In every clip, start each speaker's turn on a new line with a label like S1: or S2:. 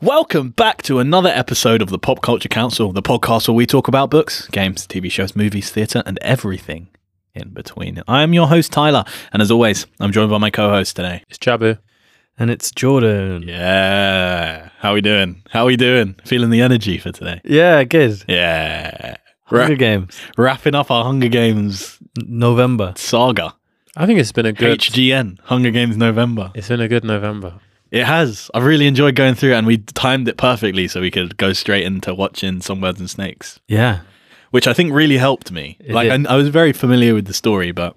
S1: Welcome back to another episode of the Pop Culture Council, the podcast where we talk about books, games, TV shows, movies, theatre, and everything in between. I am your host, Tyler, and as always, I'm joined by my co host today.
S2: It's Chabu.
S3: And it's Jordan.
S1: Yeah. How we doing? How we doing? Feeling the energy for today.
S3: Yeah, good.
S1: Yeah.
S3: Hunger
S1: Ra-
S3: Games.
S1: wrapping up our Hunger Games
S3: N- November.
S1: saga.
S2: I think it's been a good.
S1: HGN, Hunger Games November.
S2: It's been a good November.
S1: It has. I've really enjoyed going through it and we timed it perfectly so we could go straight into watching Songbirds and Snakes.
S3: Yeah.
S1: which I think really helped me. like
S3: did.
S1: I, I was very familiar with the story, but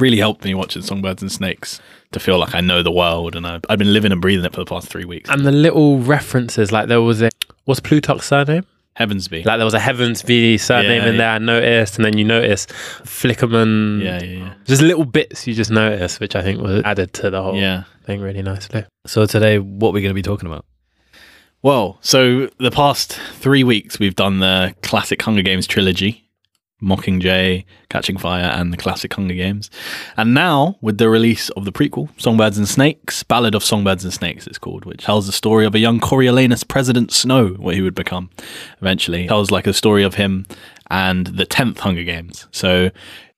S1: really helped me watching Songbirds and Snakes to feel like I know the world and I've, I've been living and breathing it for the past three weeks.
S2: And the little references, like there was a what's Plutarch's surname?
S1: Heavensby.
S2: Like there was a Heavens V surname
S1: Yeah,
S2: in
S1: yeah.
S2: there. I noticed, and then you notice Flickerman.
S1: yeah, yeah,
S2: Just little bits you just notice, which I think was added to the
S1: yeah.
S2: whole
S1: yeah.
S2: thing really nicely.
S3: So today, what we're going to be talking about?
S1: Well, so the past three weeks we've done the classic Hunger Games trilogy, Mockingjay, Catching Fire, and the classic Hunger Games. And now with the release of the prequel, Songbirds and Snakes, Ballad of Songbirds and Snakes it's called, which tells the story of a young Coriolanus President Snow, what he would become eventually. Tells like a story of him and the tenth Hunger Games. So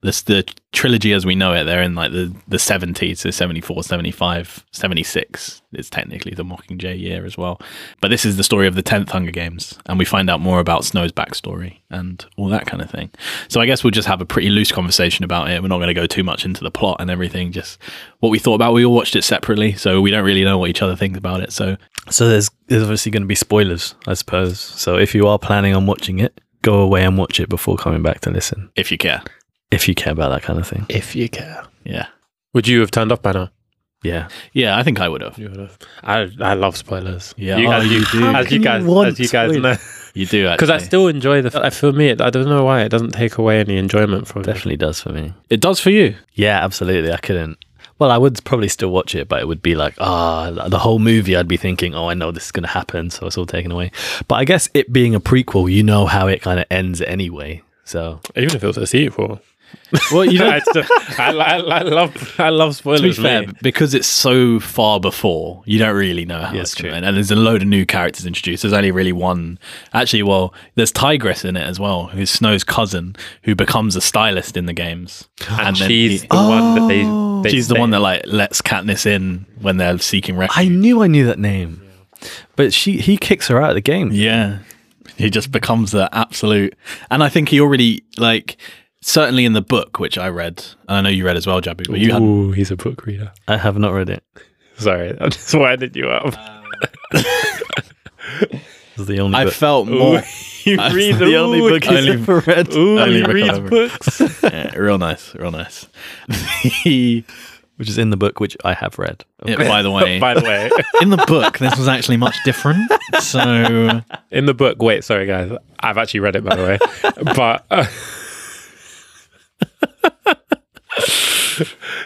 S1: this the trilogy as we know it, they're in like the, the 70s, so 74, 75, 76 is technically the Mockingjay year as well. But this is the story of the 10th Hunger Games, and we find out more about Snow's backstory and all that kind of thing. So I guess we'll just have a pretty loose conversation about it. We're not going to go too much into the plot and everything, just what we thought about. We all watched it separately, so we don't really know what each other thinks about it. So
S3: So there's, there's obviously going to be spoilers, I suppose. So if you are planning on watching it, go away and watch it before coming back to listen,
S1: if you care,
S3: if you care about that kind of thing.
S2: If you care,
S1: yeah.
S2: would you have turned off by now?
S3: Yeah.
S1: Yeah, I think I would have.
S2: You would have. I I love spoilers.
S1: Yeah,
S2: you,
S1: oh,
S2: as
S1: you do. How
S2: as you
S3: can you
S2: guys,
S3: want
S2: as you guys
S3: spoilers?
S2: know,
S1: You do
S2: because
S1: actually.
S2: I still enjoy the. I for me, it, I don't know why it doesn't take away any enjoyment from it.
S3: Definitely does for me.
S1: it does for you.
S3: Yeah, absolutely. I couldn't. Well, I would probably still watch it, but it would be like, ah, the whole movie, I'd be thinking, oh, I know this is going to happen. So it's all taken away. But I guess it being a prequel, you know how it kind of ends anyway. So
S2: Even if it was a sequel.
S1: Well, you know,
S2: I, still- I, I, I love I love spoilers.
S1: to be fair,
S2: mate.
S1: because it's so far before, you don't really know how
S3: Yeah,
S1: it's going
S3: it's true.
S1: to end. And there's a load of new characters introduced. There's only really one. Actually, well, there's Tigress in it as well, who's Snow's cousin, who becomes a stylist in the games.
S2: and
S1: then
S2: she's
S1: he- Oh.
S2: the one that they, they
S1: she's the
S2: say-
S1: one that like lets Katniss in when they're seeking refuge.
S3: I knew I knew that name, but she he kicks her out of the game.
S1: Yeah. He just becomes the absolute. And I think he already, like, certainly in the book, which I read, and I know you read as well, Jabu, but you had.
S2: Ooh, he's a book reader.
S3: I have not read it.
S2: Sorry, I just winded you up.
S3: It's the only
S1: I
S3: book.
S1: felt
S2: Ooh,
S1: more.
S2: you
S1: That's
S2: read
S1: the only
S2: ooh,
S1: book
S2: he's-
S1: only-
S3: ever read.
S2: Ooh,
S1: only
S2: he
S1: book
S2: reads
S1: I've
S2: books.
S1: yeah, real nice, real nice. The,
S3: which is in the book, which I have read.
S1: yeah, by the way,
S2: By the way,
S1: in the book, this was actually much different. So
S2: in the book, wait, sorry guys, I've actually read it by the way, but uh,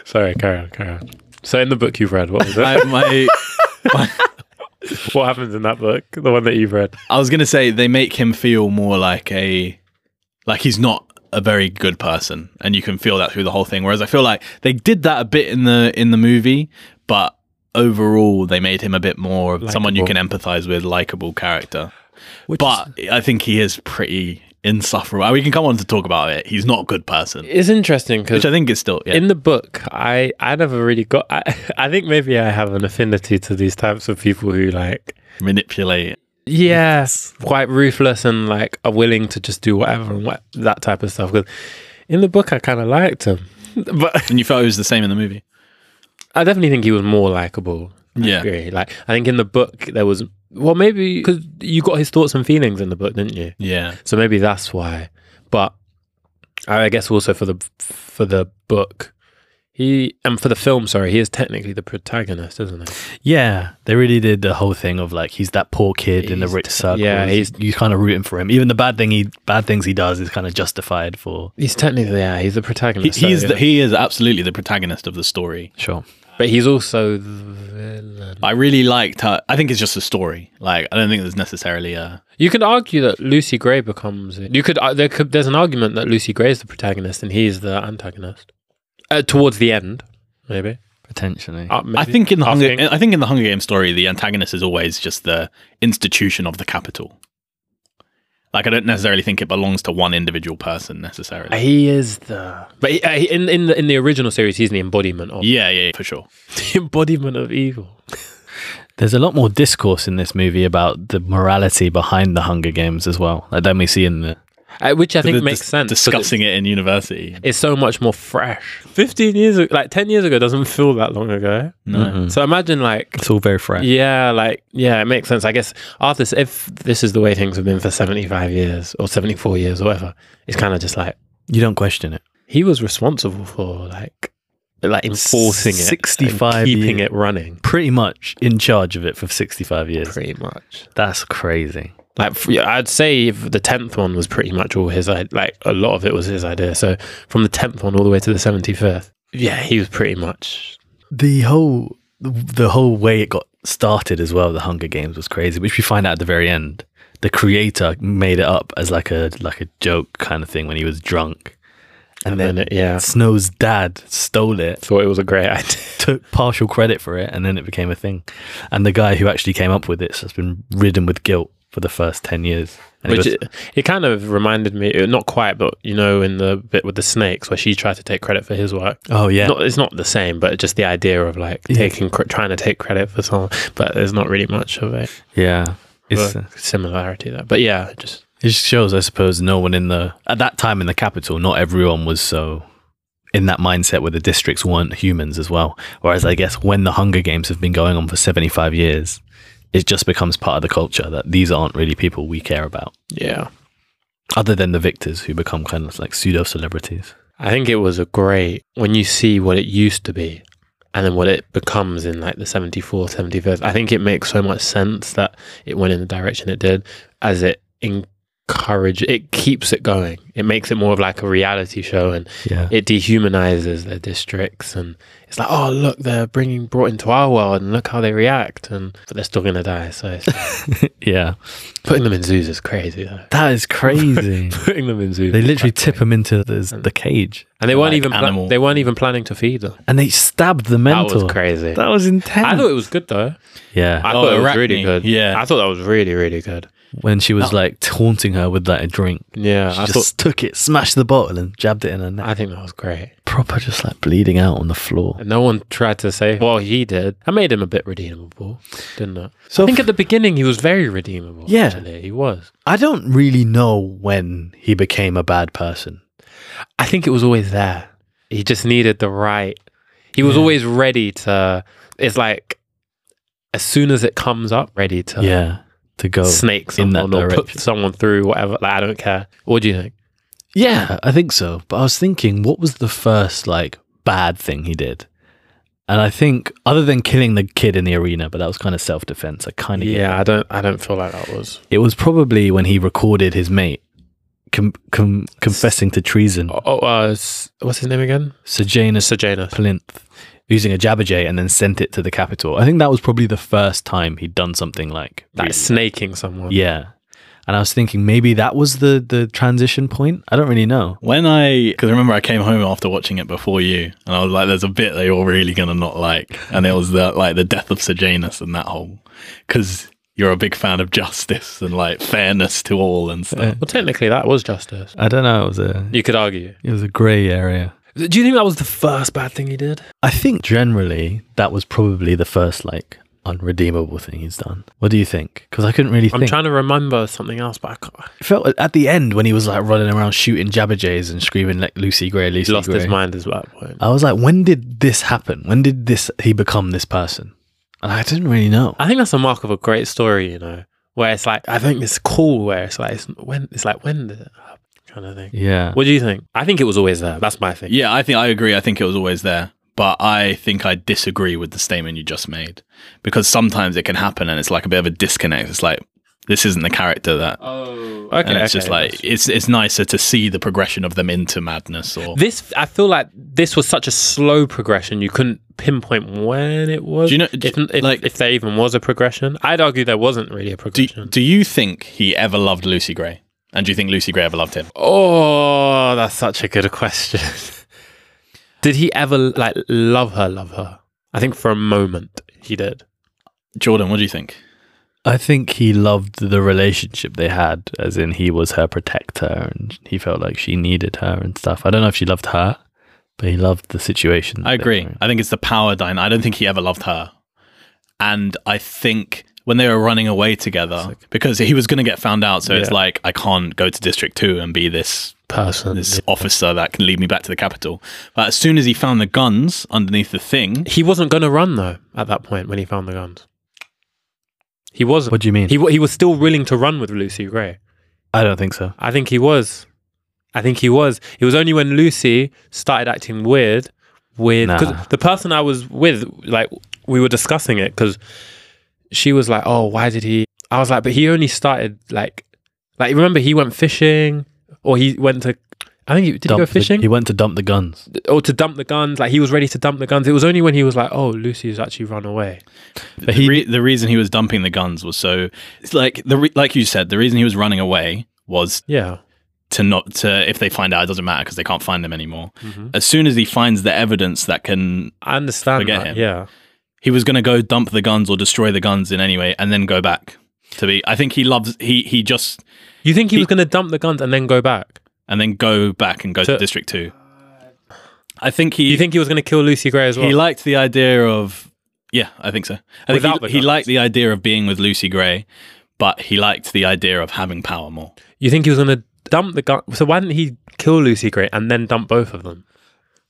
S2: sorry, carry on, carry on. So in the book you've read, what was it?
S1: I, my,
S2: what happens in that book? The one that you've read?
S1: I was gonna say they make him feel more like a, like he's not a very good person, and you can feel that through the whole thing. Whereas I feel like they did that a bit in the in the movie, but overall they made him a bit more of someone you can empathize with, likable character.
S3: Which
S1: But I think he is pretty insufferable. We can come on to talk about it. He's not a good person,
S2: It's interesting
S1: which
S2: because
S1: I think is still yeah.
S2: in the book i i never really got I, I think maybe i have an affinity to these types of people who like
S1: manipulate
S2: yes quite ruthless and like are willing to just do whatever and what that type of stuff because in the book i kind of liked him but
S1: And you felt it was the same in the movie.
S2: i definitely think he was more likable I
S1: Yeah.
S2: agree. like i think in the book there was well maybe because you got his thoughts and feelings in the book didn't you
S1: Yeah.
S2: so maybe that's why but i I guess also for the for the book he and for the film sorry he is technically the protagonist isn't he
S3: Yeah, they really did the whole thing of like he's that poor kid in the
S2: He's
S3: rich
S2: t-
S3: circle.
S2: yeah, he's-
S3: you kind of rooting for him. Even the bad thing he bad things he does is kind of justified for.
S2: He's technically yeah, he's the
S1: He,
S2: protagonist.
S1: he is
S2: so,
S1: the,
S2: yeah.
S1: he is absolutely the protagonist of the story.
S3: Sure.
S2: but he's also the villain.
S1: I really liked her. I think it's just a story. Like I don't think there's necessarily a
S2: You could argue that Lucy Gray becomes. You could uh, there could there's an argument that Lucy Gray is the protagonist and he's the antagonist uh, towards the end, maybe.
S3: potentially.
S2: Uh,
S1: I
S2: maybe
S1: think in the Hunger,
S2: asking-
S1: I think in the Hunger Games story, the antagonist is always just the institution of the capital. Like I don't necessarily think it belongs to one individual person necessarily.
S2: he is the. But he, uh, he- in in the, in the original series, he's the embodiment of
S1: yeah, yeah, for sure.
S2: the embodiment of evil.
S3: There's a lot more discourse in this movie about the morality behind the Hunger Games as well, like, than we see in the.
S2: Uh, which I think
S1: They're
S2: makes
S1: dis-
S2: sense. 'cause it's-
S1: Discussing it in university.
S2: It's so much more fresh. Fifteen years, ago, like ten years ago, doesn't feel that long ago.
S1: No.
S2: So imagine like
S3: It's all very fresh.
S2: Mm-hmm. Yeah, like yeah, it makes sense. I guess after this, if this is the way things have been for seventy five years or seventy four years or whatever, it's kind of just like
S3: You don't question it.
S2: he was responsible for like like enforcing it, and
S3: 65
S2: keeping
S3: years.
S2: it running,
S3: Pretty much in charge of it for 65 years.
S2: pretty much.
S3: That's crazy.
S2: Like f- yeah, I'd say if the tenth one was pretty much all his. i- Like a lot of it was his idea. So from the tenth one all the way to the seventy fifth, yeah, he was pretty much.
S3: The whole the whole way it got started as well, the Hunger Games was crazy, which we find out at the very end. The creator made it up as like a like a joke kind of thing when he was drunk. And,
S2: And
S3: then,
S2: then it, yeah,
S3: Snow's dad stole it,
S2: thought it was a great idea.
S3: took partial credit for it, and then it became a thing. And the guy who actually came up with it has been ridden with guilt for the first ten years. And it
S2: Which
S3: was-
S2: it, it kind of reminded me, uh, not quite, but you know, in the bit with the snakes where she tried to take credit for his work.
S3: oh yeah,
S2: Not, it's not the same, but just the idea of like
S3: Yeah.
S2: taking cre- trying to take credit for someone, but there's not really much of a,
S3: yeah. It's, uh,
S2: of a similarity there. But yeah, just
S3: It just shows, I suppose, no one in the at that time in the capital, not everyone was so in that mindset where the districts weren't humans as well. Whereas I guess when the Hunger Games have been going on for seventy five years, it just becomes part of the culture that these aren't really people we care about,
S2: yeah,
S3: other than the victors who become kind of like pseudo celebrities.
S2: I think it was a great when you see what it used to be, and then what it becomes in like the 74, 75th. I think it makes so much sense that it went in the direction it did, as it encourage it keeps it going. It makes it more of like a reality show and
S3: Yeah,
S2: it dehumanizes their districts and it's like oh look they're bringing brought into our world and look how they react and but they're still gonna die so it's-
S3: yeah,
S2: putting them in zoos is crazy though
S3: that is crazy.
S2: putting them in zoos
S3: they
S2: is
S3: literally
S2: crazy.
S3: tip them into the, the cage,
S2: and they weren't
S1: like
S2: even pla-
S1: animal.
S2: they weren't even planning to feed them
S3: and they stabbed the
S2: that
S3: mentor.
S2: was crazy
S3: That was intense.
S2: I thought it was good though.
S3: yeah,
S2: I
S1: Oh,
S2: thought it was really
S1: Arachne,
S2: good.
S1: yeah.
S2: I thought that was really, really good.
S3: when she was like taunting her with like a drink.
S2: Yeah,
S3: She
S2: I thought
S3: just took it, smashed the bottle, and jabbed it in her neck.
S2: I think that was great.
S3: proper just like bleeding out on the floor.
S2: And no one tried to say. Well, he did. I made him a bit redeemable, didn't I?
S3: So
S2: I think at the beginning he was very redeemable.
S3: Yeah.
S2: actually, he was.
S3: I don't really know when he became a bad person.
S2: I think it was always there. He just needed the right. He was always ready to. It's like as soon as it comes up, ready to
S3: yeah, to go.
S2: snake
S3: in that
S2: someone or put
S3: direction.
S2: someone through whatever. Like, I don't care. What do you think?
S3: yeah, I think so. But I was thinking, what was the first like bad thing he did? And I think, other than killing the kid in the arena, but that was kind of self defense. I kind of yeah.
S2: I don't. I don't feel like that was.
S3: It was probably when he recorded his mate com- com- confessing to treason,
S2: Oh, uh, S- what's his name again?
S3: Sir Janus
S2: Sejanus.
S3: plinth using a jabberjay and then sent it to the capital. I think that was probably the first time he'd done something like
S2: Like
S3: really-
S2: snaking someone.
S3: yeah. And I was thinking maybe that was the the transition point. I don't really know.
S1: When I, because remember I came home after watching it before you, and I was like, "There's a bit that you're really gonna not like," and it was the like the death of Sir Janus and that whole, because you're a big fan of justice and like fairness to all and stuff.
S2: Well, technically, that was justice.
S3: I don't know. It was a
S2: You could argue.
S3: it was a grey area.
S2: Do you think that was the first bad thing he did?
S3: I think generally that was probably the first like unredeemable thing he's done. What do you think? Because I couldn't really
S2: I'm
S3: think.
S2: trying to remember something else, but I can't.
S3: it felt at the end when he was like running around shooting jabberjays and screaming like Lucy Grey, Lucy
S2: He lost
S3: Grey.
S2: his mind as well. at that point.
S3: I was like, when did this happen? When did this he become this person? And I didn't really know.
S2: I think that's a mark of a great story, you know, where it's like I think it's cool where it's like it's when it's like when did it happen? I'm trying to think.
S3: Yeah.
S2: What do you think? I think it was always there. That's my thing.
S1: Yeah, I think I agree. I think it was always there, but I think I disagree with the statement you just made because sometimes it can happen and it's like a bit of a disconnect. It's like this isn't the character that.
S2: Oh, okay.
S1: and it's
S2: okay,
S1: just like
S2: that's-
S1: it's it's nicer to see the progression of them into madness or
S2: this. I feel like this was such a slow progression. You couldn't pinpoint when it was.
S1: Do you know-
S2: if,
S1: do-
S2: if,
S1: like-
S2: if there even was a progression? I'd argue there wasn't really a
S1: Do,
S2: progression.
S1: do you think he ever loved Lucy Gray? And do you think Lucy Gray ever loved him?
S2: oh, that's such a good question. Did he ever like love her? Love her? I think for a moment he did.
S1: Jordan, what do you think?
S3: I think he loved the relationship they had, as in he was her protector and he felt like she needed her and stuff. I don't know if she loved her, but he loved the
S1: I
S3: situation. that they
S1: agree.
S3: were in.
S1: I think it's the power dynamic. I don't think he ever loved her. And I think when they were running away together, because he was going to get found out, so it's
S3: Yeah.
S1: like, I can't go to District 2 and be this
S2: Person.
S1: this officer that can lead me back to the capital. But as soon as he found the guns underneath the thing,
S2: He wasn't going to run though at that point when he found the guns. He wasn't.
S3: What do you mean?
S2: He wa- he was still willing to run with Lucy Gray.
S3: I don't think so.
S2: I think he was. I think he was. It was only when Lucy started acting weird, weird.
S3: Nah.
S2: Because the person I was with, like, we were discussing it because she was like, "Oh, why did he?" I was like, "But he only started like, like remember he went fishing or he went to." I think he did he go
S3: Dump the-
S2: fishing
S3: he went to dump the guns.
S2: or to dump the guns. Like he was ready to dump the guns. It was only when he was like, "Oh, Lucy's actually run away."
S1: the, re- the reason he was dumping the guns was so it's like the re- like you said, the reason he was running away was
S2: Yeah,
S1: to not to if they find out it doesn't matter because they can't find them anymore. As soon as he finds the evidence that can
S2: I understand.
S1: Forget
S2: that,
S1: him.
S2: Yeah,
S1: he was going to go dump the guns or destroy the guns in any way and then go back to be i think he loves he he just
S2: you think he, was going to dump the guns and then go back?
S1: and then go back and go to,
S2: To-
S1: district 2 i think he
S2: You think he was going to kill Lucy Gray as well?
S1: he liked the idea of yeah i think so i think
S2: Without
S1: he,
S2: the
S1: he
S2: guns.
S1: liked the idea of being with lucy gray but he liked the idea of having power more
S2: You think he was going to dump the gun? So why didn't he kill Lucy Gray and then dump both of them?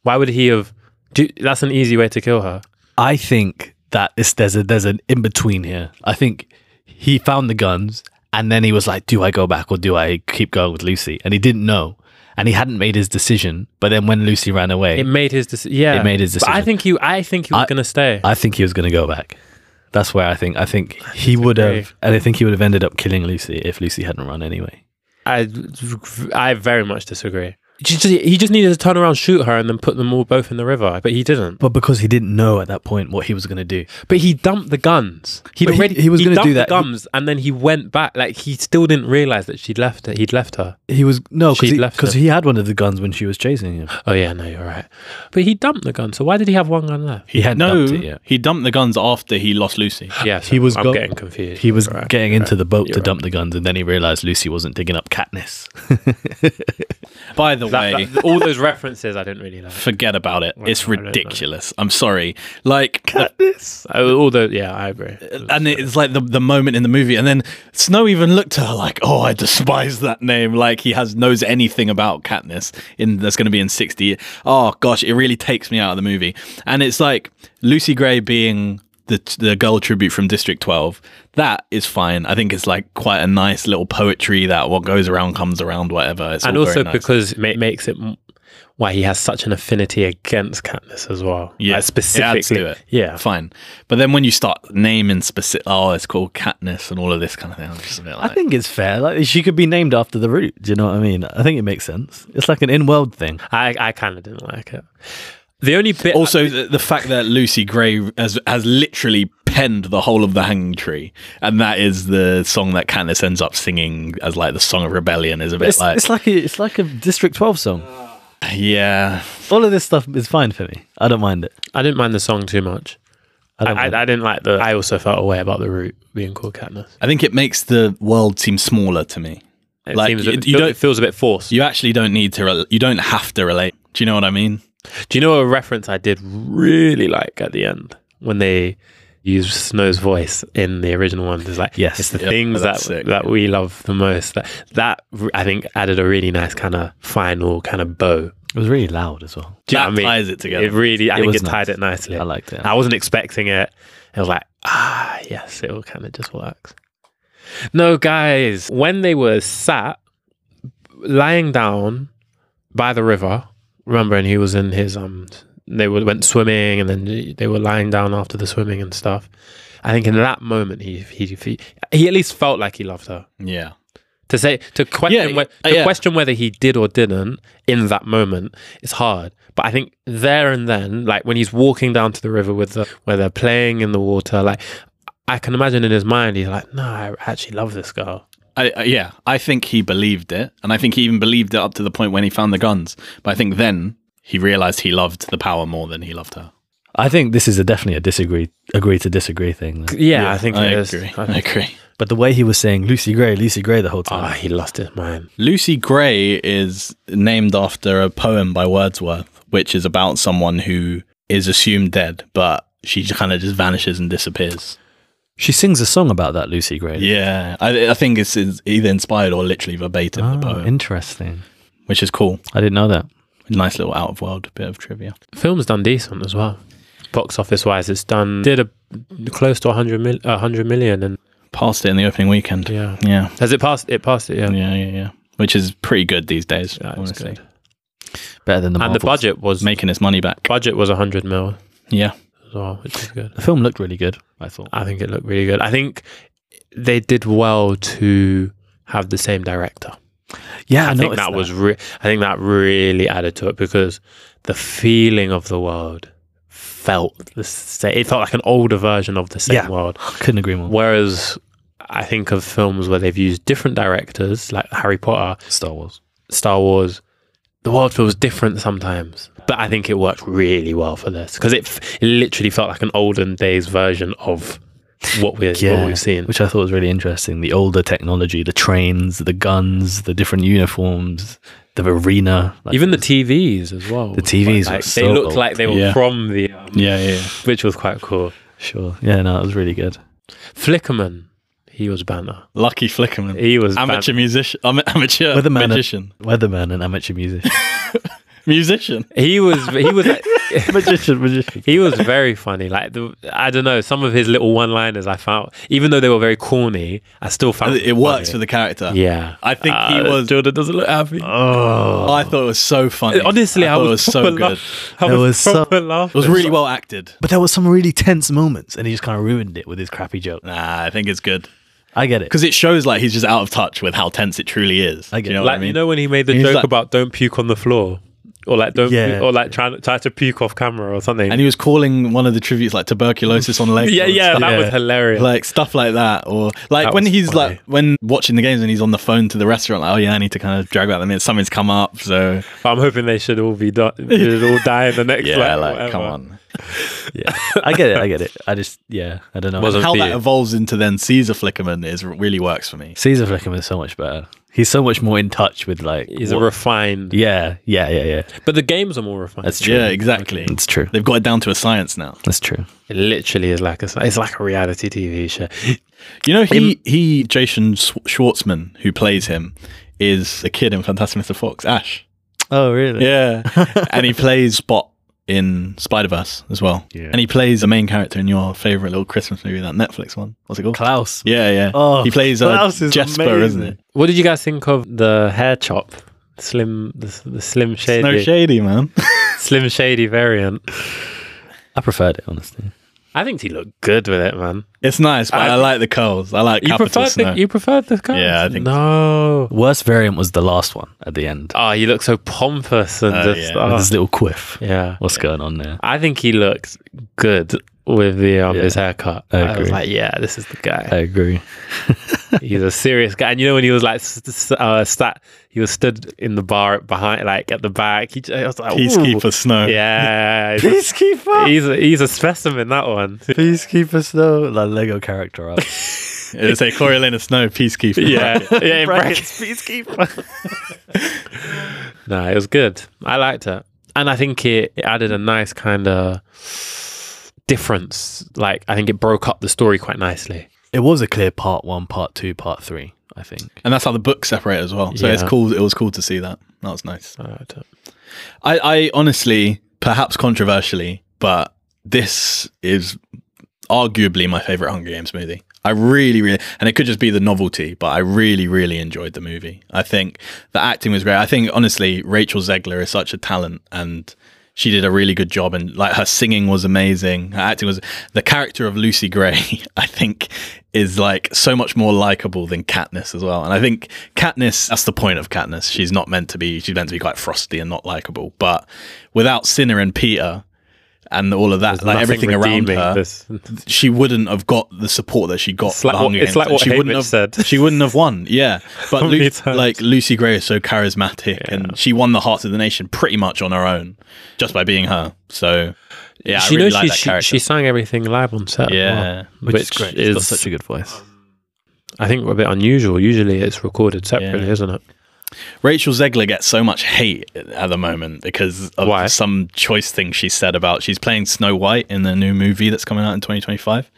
S2: Why would he have? Do, that's an easy way to kill her.
S3: I think that it's, there's a, there's an in between here. I think he found the guns and then he was like, "Do I go back or do I keep going with Lucy?" And he didn't know, and he hadn't made his decision. But then when Lucy ran away,
S2: It made his decision. Yeah,
S3: It made his
S2: But I
S3: decision.
S2: think he. I think he was
S3: I-
S2: going to stay.
S3: I think he was going to go back. That's where I think I think he would have, and I think he would have ended up killing Lucy if Lucy hadn't run anyway.
S2: I, I very much disagree. She just- he just needed to turn around, shoot her, and then put them all both in the river. But he didn't.
S3: But because he didn't know at that point what he was going to do,
S2: But he dumped the guns. He'd
S3: But he-
S2: already
S3: he was gonna do
S2: dumped the
S3: that.
S2: guns, and then he went back. Like he still didn't realize that she'd left. It. He'd left her.
S3: he was no
S2: She'd left
S3: because
S2: him.
S3: he, had one of the guns when she was chasing him.
S2: Oh yeah, no, you're right. But he dumped the gun. So why did he have one gun left?
S3: He had
S1: no
S3: dumped it yet.
S1: he dumped the guns after he lost lucy
S2: Yeah,
S3: He was
S2: I'm
S3: go-
S2: getting confused.
S3: He was
S2: You're right.
S3: getting into the boat
S2: You're
S3: to
S2: right.
S3: dump the guns, and then he realized Lucy wasn't digging up Katniss.
S1: by the
S2: That-
S1: way
S2: that- all those references I didn't really like.
S1: forget about it it's
S2: I don't know.
S1: ridiculous i'm sorry like
S3: Katniss.
S2: Uh, All the yeah, I agree.
S1: and it's like the the moment in the movie, and then Snow even looked at her like, "Oh, I despise that name." Like he has knows anything about Katniss in that's going to be in sixty. years. Oh gosh, it really takes me out of the movie. And it's like Lucy Gray being the the girl tribute from District Twelve. That is fine. I think it's like quite a nice little poetry that what goes around comes around, whatever. It's
S2: and
S1: all very
S2: also
S1: nice.
S2: because it ma- makes it m- why he has such an affinity against Katniss as well.
S1: Yeah,
S2: Like,
S1: it adds
S2: specifically.
S1: to it.
S2: Yeah,
S1: fine. But then when you start naming specific, oh, it's called Katniss and all of this kind of thing. I'm just a bit
S3: I
S1: like,
S3: think it's fair. Like she could be named after the root. Do you know what I mean? I think it makes sense. It's like an in-world thing.
S2: I I kind of didn't like it. The only bit
S1: Also, the, the fact that Lucy Gray has, has literally penned the whole of the Hanging Tree, and that is the song that Candace ends up singing as like the song of rebellion, is a bit
S3: It's,
S1: like,
S3: it's like a, it's like a District Twelve song.
S1: yeah,
S3: All of this stuff is fine for me. I don't mind it.
S2: I didn't mind the song too much.
S3: I
S2: I,
S3: don't
S2: I,
S3: mind
S2: I didn't like the. I also felt a way about the root being called Katniss.
S1: I think it makes the world seem smaller to me.
S2: It
S1: Like,
S2: seems
S1: you-
S2: a bit-
S1: you don't-
S2: it feels a bit forced.
S1: You actually don't need to, rel you don't have to relate. Do you know what I mean?
S2: Do you know a reference I did really like at the end when they use Snow's voice in the original one? It's like
S3: Yes.
S2: it's the
S1: Yep, Oh,
S2: things that
S1: that's sick.
S2: that we love the most. That that r- I think added a really nice kind of final kind of bow.
S3: it. It was really loud as well.
S2: Do you
S1: that
S2: know what I mean?
S1: ties it together.
S2: It really, I
S3: It
S2: think
S3: was
S2: it tied it nicely.
S3: I liked it.
S2: I wasn't expecting it. It was like, ah, yes, it all kind of just works. No, guys, when they were sat lying down by the river, remember, and he was in his um, they were, went swimming, and then they were lying down after the swimming and stuff. I think in that moment, he he he, he at least felt like he loved her.
S1: yeah.
S2: To say to question
S1: Yeah,
S2: whe-
S1: uh,
S2: to
S1: yeah.
S2: question whether he did or didn't in that moment is hard. But I think there and then, like when he's walking down to the river with the where they're playing in the water, like I can imagine in his mind he's like, No, I actually love this girl.
S1: I, I, yeah, I think he believed it, and I think he even believed it up to the point when he found the guns. But I think then he realized he loved the power more than he loved her.
S3: I think this is a definitely a disagree, agree to disagree thing. though.
S2: Yeah, I think
S1: I
S2: it is.
S1: agree. I agree.
S3: But the way he was saying Lucy Gray, Lucy Gray the whole
S2: Oh,
S3: time.
S2: he lost his mind.
S1: Lucy Gray is named after a poem by Wordsworth, which is about someone who is assumed dead, but she kind of just vanishes and disappears.
S3: she sings a song about that Lucy Gray.
S1: Yeah, I, I think it's, it's either inspired or literally verbatim the
S2: Ah.
S3: Oh,
S1: poem,
S3: interesting.
S1: which is cool.
S3: I didn't know that.
S1: Nice little out of world bit of trivia.
S2: Film's done decent as well. Box office wise, it's done did a close to 100 mil, uh, 100 million and
S1: Passed it in the opening weekend.
S2: yeah.
S1: Yeah,
S2: Has it passed it passed it, yeah.
S1: yeah, yeah, yeah. Which is pretty good these days.
S2: Yeah, it's
S1: honestly,
S2: good.
S3: Better than the
S2: And the
S3: Marvels.
S2: budget was
S1: making its money back.
S2: budget was 100 mil
S1: Yeah,
S2: as well, which is good.
S3: The film looked really good. I thought.
S2: I think it looked really good. I think they did well to have the same director.
S3: Yeah,
S2: I, think that, was re- I think that really added to it because the feeling of the world felt the same. It felt like an older version of the same
S3: Yeah.
S2: world.
S3: Couldn't agree more.
S2: Whereas I think of films where they've used different directors, like Harry Potter,
S3: Star Wars.
S2: Star Wars. The world feels different sometimes, but I think it worked really well for this because it, f- it literally felt like an olden days version of what we're what we've seen.
S3: which I thought was really interesting. The older technology, the trains, the guns, the different uniforms, the arena, like-
S2: Even the TVs as well.
S3: The TVs were
S2: like, they
S3: so
S2: looked
S3: old.
S2: like they were
S1: Yeah.
S2: from the, um,
S1: yeah, yeah. yeah.
S2: which was quite cool.
S3: sure. Yeah, no, it was really good.
S2: Flickerman, he was banner.
S1: Lucky Flickerman.
S2: He was
S1: amateur musician, am- amateur
S3: With a man-
S1: magician,
S3: Weatherman and amateur music.
S1: musician.
S2: Ban- he was he was like,
S3: magician, magician.
S2: he was very funny. Like the, I don't know, some of his little one-liners I found, even though they were very corny, I still found
S1: It works for the character.
S2: Oh, Yeah,
S1: I think he
S2: Uh,
S1: was-
S2: Jordan doesn't look happy.
S3: Oh,
S1: I thought it was so funny.
S2: Honestly, I,
S1: thought
S2: was,
S1: it was so
S2: proper
S1: good.
S2: laugh-
S1: It
S2: I
S3: There
S2: was,
S3: was some-
S2: proper laughing.
S1: was really well acted.
S3: but there were some really tense moments, and he just kind of ruined it with his crappy joke.
S1: Nah, I think it's good
S3: I get it.
S1: because it shows like he's just out of touch with how tense it truly is.
S3: I
S1: Do
S3: get
S1: you know
S3: it.
S1: what
S2: like
S1: I mean?
S2: you know when he made the
S1: He's
S2: joke
S1: like-
S2: about don't puke on the floor, or like don't
S3: Yeah.
S2: puke, or like try try to puke off camera or something.
S1: and he was calling one of the tributes like tuberculosis on legs.
S2: yeah,
S1: and
S2: yeah,
S1: stuff.
S2: that
S3: Yeah.
S2: was hilarious.
S1: Like stuff like that, or like
S2: That
S1: when
S2: was
S1: he's
S2: funny.
S1: like when watching the games and he's on the phone to the restaurant, like, oh yeah, I need to kind of drag that. I mean, something's come up, so
S2: I'm hoping they should all be done. should all die in the next.
S1: yeah, like,
S2: whatever.
S1: come on.
S3: Yeah, I get it. I get it. I just, yeah, I don't know.
S2: Wasn't-
S1: How
S2: be
S1: that
S2: it.
S1: evolves into then Caesar Flickerman is really works for me.
S3: Caesar Flickerman is so much better. He's so much more in touch with like.
S2: He's a
S3: what-
S2: refined,
S3: yeah, yeah, yeah, yeah.
S2: but the games are more refined.
S3: That's true.
S1: Yeah, exactly.
S3: It's true.
S1: They've got it down to a science now.
S3: That's true.
S2: It literally is like a, it's like a reality TV show.
S1: You know, he, he Jason Schw- Schwartzman, who plays him, is a kid in Fantastic Mr. Fox, Ash.
S3: Oh, really?
S1: Yeah. and he plays Spot in Spider Verse as well.
S3: Yeah.
S1: And he plays the main character in your favorite little Christmas movie, that Netflix one. What's it called?
S3: Klaus.
S1: yeah, yeah.
S3: Oh,
S1: he plays uh,
S3: Klaus is
S1: Jesper,
S3: amazing.
S1: isn't
S2: What did you guys think of the hair chop? Slim, the, the slim
S1: it?
S2: shady,
S1: No shady, man.
S2: slim shady variant.
S3: I preferred it honestly.
S2: I think he looked good with it, man.
S1: it's nice, but I,
S2: I-
S1: like the curls. I like
S2: You
S1: Capital
S2: preferred
S1: Snow.
S2: the, you preferred the colours?
S1: Yeah, I think so.
S2: no.
S3: Worst variant was the last one at the end.
S2: Oh, he looked so pompous and
S1: Oh,
S2: just
S1: yeah.
S2: oh.
S3: With his little quiff.
S2: yeah.
S3: What's going on there?
S2: I think he looked good with the um, his haircut.
S3: I
S2: I, was
S3: agree.
S2: like, yeah, this is the guy.
S3: I agree.
S2: He's a serious guy. And you know when he was like s- s- uh, sat, he was stood in the bar behind, like at the back. He, j- I was like, ooh.
S1: Peacekeeper Snow.
S2: Yeah, he's a-
S3: Peacekeeper.
S2: he's a, he's a specimen. That one.
S3: Peacekeeper Snow. That Lego character up.
S1: It's a Coriolanus Snow Peacekeeper.
S2: Yeah, yeah. In brackets.
S3: Brackets Peacekeeper.
S2: No, it was good. I liked it, and I think it, it added a nice kind of difference. Like I think it broke up the story quite nicely.
S3: it was a clear part one, part two, part three. I think.
S1: And that's how the books separate as well. So it's
S2: Yeah.
S1: cool. It was cool to see that. That was nice.
S2: I liked it.
S1: I, I honestly, perhaps controversially, but this is arguably my favorite Hunger Games movie. I really, really, and it could just be the novelty, but I really, really enjoyed the movie. I think the acting was great. I think honestly, Rachel Zegler is such a talent, and she did a really good job. And like her singing was amazing. Her acting was the character of Lucy Gray. I think is like so much more likable than Katniss as well. And I think Katniss, that's the point of Katniss. She's not meant to be. She's meant to be quite frosty and not likable. But without Cinna and Peter, and all of that,
S2: There's
S1: like
S2: nothing
S1: everything around
S2: redeeming
S1: her,
S2: this.
S1: she wouldn't have got the support that she got.
S2: It's like
S1: at the Hunger
S2: what- it's
S1: Games.
S2: like what
S1: she wouldn't
S2: Haymitch
S1: have
S2: said.
S1: She wouldn't have won. Yeah, but
S2: How many
S1: Lu-
S2: times?
S1: like Lucy Gray is so charismatic, and she won the hearts of the nation pretty much on her own, just by being her. So yeah,
S2: she
S1: I really
S2: knows
S1: like
S2: she,
S1: that
S2: she,
S1: character.
S2: she sang everything live on set. as well,
S1: yeah,
S3: which, is great. She's got
S2: is-
S3: such a good voice.
S2: I think a bit unusual. Usually it's recorded separately,
S1: Yeah.
S2: isn't it?
S1: Rachel Zegler gets so much hate at the moment because of
S2: Why?
S1: some choice thing she said about she's playing Snow White in the new movie that's coming out in 2025.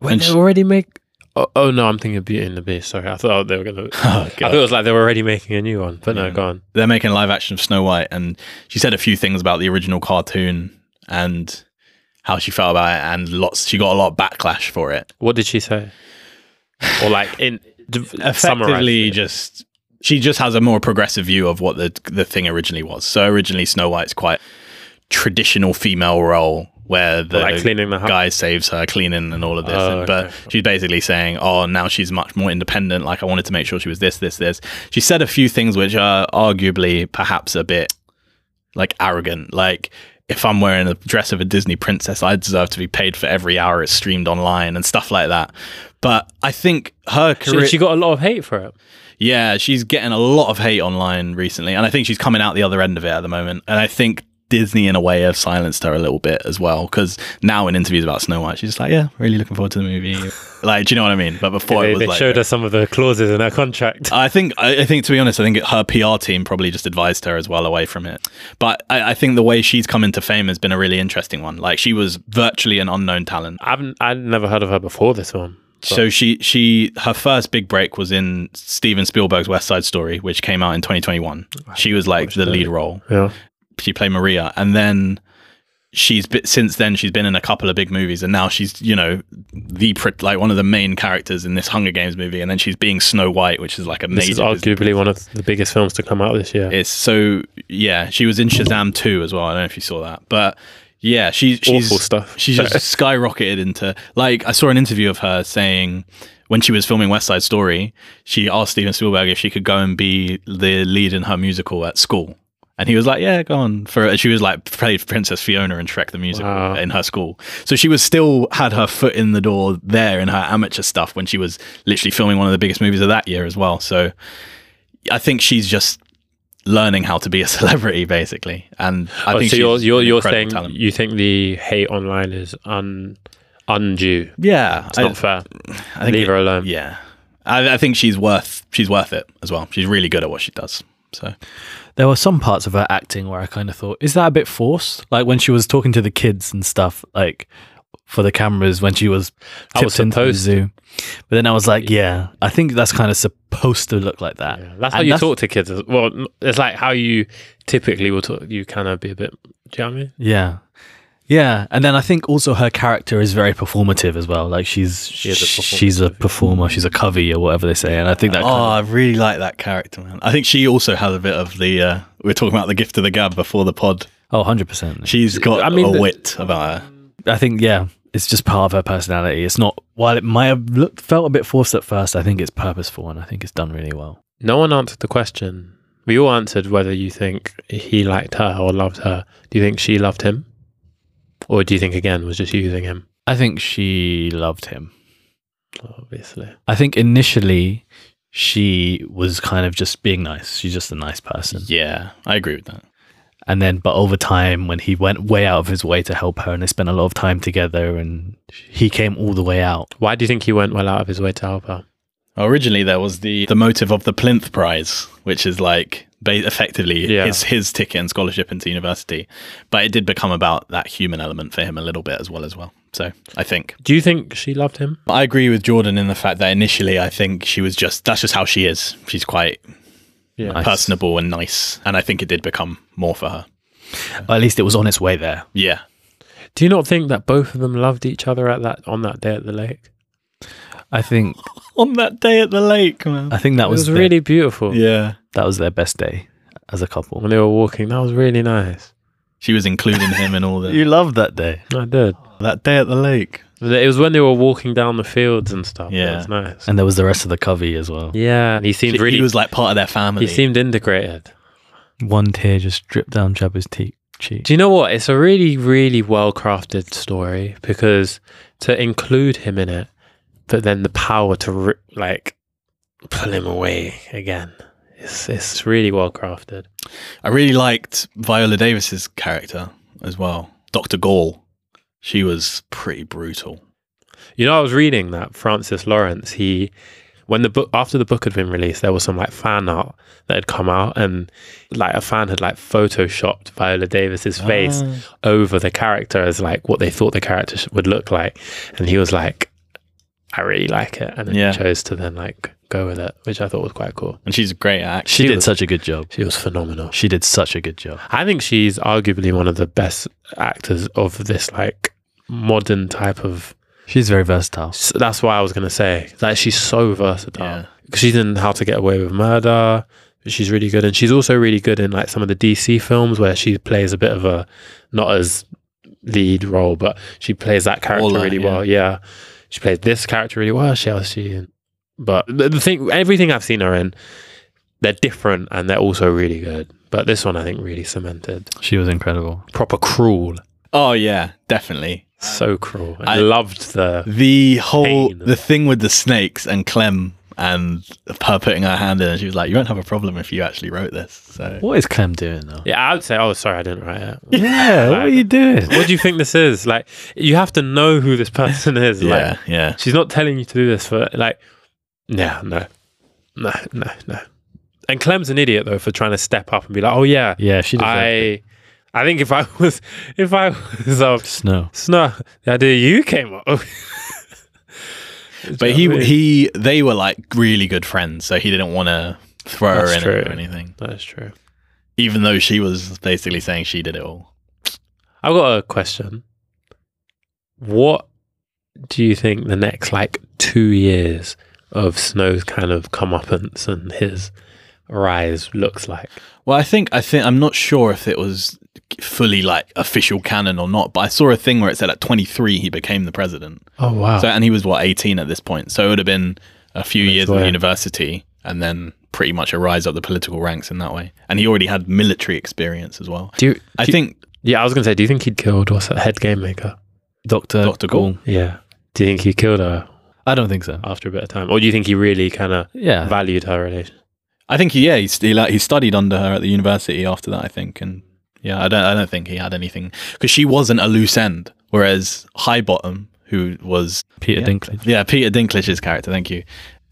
S2: When
S1: And
S2: they
S1: she-
S2: already make. Oh, oh no, I'm thinking of Beauty and the Beast. Sorry, I thought they were gonna.
S1: Oh,
S2: I thought it was like they were already making a new one, but no,
S1: Yeah.
S2: go on.
S1: they're making a live action of Snow White, and she said a few things about the original cartoon and how she felt about it, and lots. She got a lot of backlash for it.
S2: What did she say? Or like in d- summarise
S1: Effectively,
S2: it.
S1: just she just has a more progressive view of what the the thing originally was. So originally, Snow White's quite traditional female role where the
S2: like cleaning the house.
S1: uh, guy saves her cleaning and all of this.
S2: Oh,
S1: and- but
S2: okay.
S1: she's basically saying, "Oh, now she's much more independent. Like I wanted to make sure she was this, this, this." She said a few things which are arguably perhaps a bit like arrogant. Like if I'm wearing a dress of a Disney princess, I deserve to be paid for every hour it's streamed online and stuff like that. But I think her career,
S2: She, she got a lot of hate for it.
S1: yeah, she's getting a lot of hate online recently, and I think she's coming out the other end of it at the moment. And I think Disney, in a way, have silenced her a little bit as well, because now in interviews about Snow White, she's just like, "Yeah, really looking forward to the movie." like, do you know what I mean? But before
S2: they
S1: it was
S2: they
S1: like, Uh,
S2: showed us some of the clauses in her contract.
S1: I think, I, I think to be honest, I think her PR team probably just advised her as well away from it. But I, I think the way she's come into fame has been a really interesting one. Like, she was virtually an unknown talent.
S2: I've I'd never heard of her before this one.
S1: So she she her first big break was in Steven Spielberg's West Side Story, which came out in 2021. She was like the lead role.
S2: Yeah.
S1: She played Maria, and then she's been, since then she's been in a couple of big movies, and now she's you know the pr- like one of the main characters in this Hunger Games movie, and then she's being Snow White, which is like a
S2: This is
S1: major.
S2: arguably one of the biggest films to come out this year.
S1: it's so yeah. She was in Shazam 2 as well. I don't know if you saw that, but yeah, she's she's
S2: Awful stuff.
S1: She's just skyrocketed into like I saw an interview of her saying when she was filming West Side Story, she asked Steven Spielberg if she could go and be the lead in her musical at school. And he was like, "Yeah, go on." For and she was like played Princess Fiona and Shrek the musical
S2: Wow.
S1: in her school. So she was still had her foot in the door there in her amateur stuff when she was literally filming one of the biggest movies of that year as well. So I think she's just learning how to be a celebrity basically. And I
S2: Oh,
S1: think
S2: so
S1: she's
S2: you're you're,
S1: an
S2: you're
S1: incredible
S2: saying
S1: talent.
S2: you think the hate online is un undue.
S1: yeah,
S2: It's
S1: I-
S2: not fair.
S1: I think
S2: Leave
S1: it-
S2: her alone.
S1: Yeah, I, I think she's worth she's worth it as well. She's really good at what she does. So
S3: There were some parts of her acting where I kind of thought, is that a bit forced? Like when she was talking to the kids and stuff, like for the cameras when she was
S2: I
S3: tipped
S2: was
S3: into the
S2: supposed to.
S3: zoo. But then I was like, yeah, I think that's kind of supposed to look like that.
S2: Yeah. That's how
S3: And
S2: you
S3: that's-
S2: talk to kids. as- Well, n- it's like how you typically will talk. You kind of be a bit. Do you know what I mean?
S3: Yeah. Yeah, and then I think also her character is very performative as well. Like she's
S2: is a
S3: she's a performer, she's a covey or whatever they say, and I think that.
S1: oh, I really like that character, man. I think she also has a bit of the. Uh, we were talking about the gift of the gab before the pod.
S3: oh, 100 percent.
S1: She's got
S2: I mean,
S1: a
S2: the-
S1: wit about her.
S3: I think yeah, it's just part of her personality. It's not while it might have looked felt a bit forced at first. I think it's purposeful and I think it's done really well.
S2: No one answered the question. We all answered whether you think he liked her or loved her. Do you think she loved him, or do you think again was just using him?
S3: I think she loved him.
S2: Obviously,
S3: I think initially she was kind of just being nice. She's just a nice person.
S1: Yeah, I agree with that.
S3: And then, but over time, when he went way out of his way to help her and they spent a lot of time together and he came all the way out.
S2: why do you think he went well out of his way to help her?
S1: Originally, there was the the motive of the plinth prize, which is like ba- effectively
S2: Yeah.
S1: his his ticket and scholarship into university, but it did become about that human element for him a little bit as well as well. So I think
S2: Do you think she loved him?
S1: I agree with Jordan in the fact that initially I think she was just that's just how she is. She's quite
S2: Yeah.
S3: Nice.
S1: personable and nice, and I think it did become more for her.
S3: At least it was on its way there.
S1: Yeah,
S2: Do you not think that both of them loved each other at that on that day at the lake?
S3: I think
S1: on that day at the lake, man.
S3: I think that
S2: It
S3: was,
S2: was
S3: their-
S2: really beautiful.
S1: Yeah,
S3: that was their best day as a couple.
S2: When they were walking, that was really nice.
S1: she was including him in all the
S3: You loved that day.
S2: I did.
S1: that day at the lake.
S2: It was when they were walking down the fields and stuff.
S1: Yeah.
S2: it was nice.
S3: And there was the rest of the covey as well.
S2: yeah, he seemed really.
S1: he was like part of their family.
S2: he seemed integrated.
S3: One tear just dripped down Jabba's cheek. cheat.
S2: Do you know what? It's a really, really well crafted story because to include him in it, but then the power to ri like pull him away again. It's it's really well crafted.
S1: I really liked Viola Davis's character as well, Doctor Gall. She was pretty brutal.
S2: You know, I was reading that Francis Lawrence. He when the book after the book had been released, there was some like fan art that had come out, and like a fan had like photoshopped Viola Davis's face over the character as like what they thought the character sh- would look like, and he was like, "I really like it," and then
S1: Yeah.
S2: he chose to then like go with it, which I thought was quite cool.
S1: And she's a great actor.
S3: She, did
S2: was-
S3: such a good job.
S2: She was phenomenal.
S3: She did such a good job.
S2: I think she's arguably one of the best actors of this like modern type of
S3: She's very versatile.
S2: S that's what I was gonna say. Like she's so
S1: Yeah.
S2: versatile. Because She's in How to Get Away with Murder. She's really good, and she's also really good in like some of the DC films where she plays a bit of a not as lead role, but she plays that character
S1: All that,
S2: really
S1: yeah.
S2: well. Yeah, she plays this character really well. She else she in? But the, the thing, everything I've seen her in, they're different and they're also really good. But this one, I think, really cemented.
S3: She was incredible.
S2: Proper cruel,
S1: Oh yeah, definitely.
S2: so cruel. I,
S1: I-
S2: loved the
S1: The whole
S2: Pain.
S1: the thing with the snakes and Clem and her putting her hand in, and she was like, "You won't have a problem if you actually wrote this." So
S3: What is Clem doing though?
S2: yeah. I would say, oh, sorry, I didn't write it.
S3: Yeah, what are you doing?
S2: what do you think this is? Like, you have to know who this person is.
S1: yeah,
S2: Like,
S1: yeah.
S2: she's not telling you to do this for like, yeah, no, no, no, no. And Clem's an idiot though for trying to step up and be like, oh yeah,
S3: Yeah, she did.
S2: I, I think if I was, if I was, um,
S3: Snow.
S2: Snow, the idea you came up. with."
S1: But he he they were like really good friends, so he didn't want to throw her
S2: That's
S1: in it or
S2: true.
S1: anything.
S2: That's true.
S1: Even though she was basically saying she did it all.
S2: I've got a question. What do you think the next like two years of Snow's kind of comeuppance and his rise looks like?
S1: Well, I think I think I'm not sure if it was fully like official canon or not, but I saw a thing where it said at 23 he became the president.
S2: Oh wow!
S1: So and he was what 18 at this point. So it would have been a few years in
S2: why.
S1: university and then pretty much a rise up the political ranks in that way. And he already had military experience as well.
S2: do you,
S1: I
S2: do you-
S1: think
S2: yeah, I was gonna say, do you think he'd killed what's that head game maker?
S3: Dr.
S1: Dr.
S3: Gaul.
S2: Yeah. Do you think he killed her
S3: I don't think so.
S2: after a bit of time, or do you think he really kind of
S3: Yeah.
S2: valued her relation?
S1: I think he, yeah, he, he like he studied under her at the university after that, I think, and yeah, I don't I don't think he had anything because she wasn't a loose end, whereas Highbottom, who was
S3: Peter
S1: yeah,
S3: Dinklage.
S1: yeah, Peter Dinklage's character, thank you,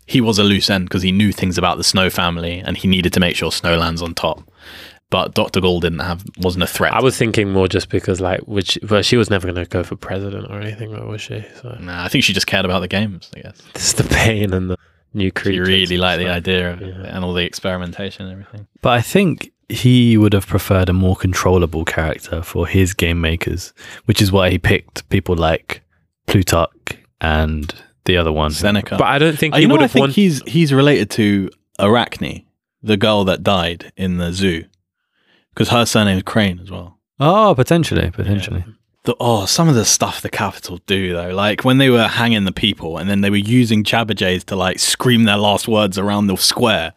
S1: he was a loose end because he knew things about the Snow family and he needed to make sure Snow lands on top. But Doctor Gall didn't have wasn't a threat.
S2: I was thinking more just because like, which well, she was never gonna go for president or anything, was she? So
S1: nah, I think she just cared about the games. I guess
S2: this is the pain and the new
S1: she
S2: creatures.
S1: really liked the
S2: So-
S1: idea of it
S2: yeah.
S1: and all the experimentation and everything.
S3: But I think he would have preferred a more controllable character for his game makers, which is why he picked people like Plutarch and the other one.
S1: Seneca,
S2: But I don't think
S1: Uh,
S2: he
S1: you know,
S2: would
S1: I
S2: have
S1: think
S2: won.
S1: he's he's related to Arachne, the girl that died in the zoo, because her surname is Crane as well.
S3: Oh, potentially, potentially.
S1: The, oh, some of the stuff the Capitol do though, like when they were hanging the people, and then they were using Jabberjays to like scream their last words around the square.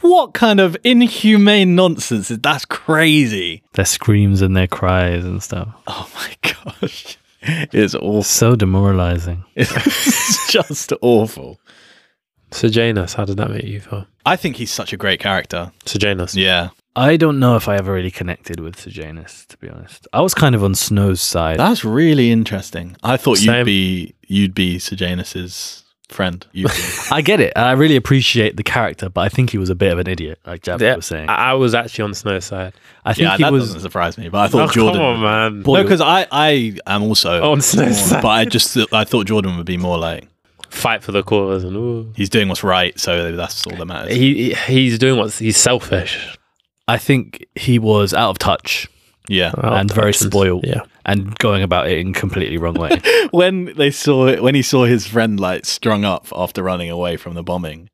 S1: What kind of inhumane nonsense is that's crazy?
S3: Their screams and their cries and stuff.
S1: Oh my gosh, it's awful.
S3: So demoralizing.
S1: It's just awful.
S2: So Janus, how did that make you feel?
S1: I think he's such a great character.
S2: So Janus,
S1: Yeah,
S3: I don't know if I ever really connected with Sejanus, to be honest. I was kind of on Snow's side.
S1: That's really interesting. I thought
S2: Same.
S1: you'd be you'd be Sejanus's friend. You'd be-
S3: I get it. and I really appreciate the character, but I think he was a bit of an idiot, like Jav
S2: Yeah,
S3: was saying. I,
S2: I, I was actually on Snow's side.
S3: think
S1: Ah, yeah,
S3: he
S1: that
S3: was
S1: doesn't surprise me. But I
S2: Oh,
S1: thought Jordan.
S2: come on, man. Oh,
S1: No, because I I am also
S2: On Snow's
S1: more-
S2: side.
S1: but I just th- I thought Jordan would be more like
S2: Fight for the cause and ooh.
S1: he's doing what's right, so that's all that matters.
S2: He, he he's doing what's he's selfish
S3: I think he was out of touch
S1: yeah.
S3: and very spoiled
S2: Yeah,
S3: and going about it in completely wrong way.
S1: when they saw when he saw his friend like strung up after running away from the bombing,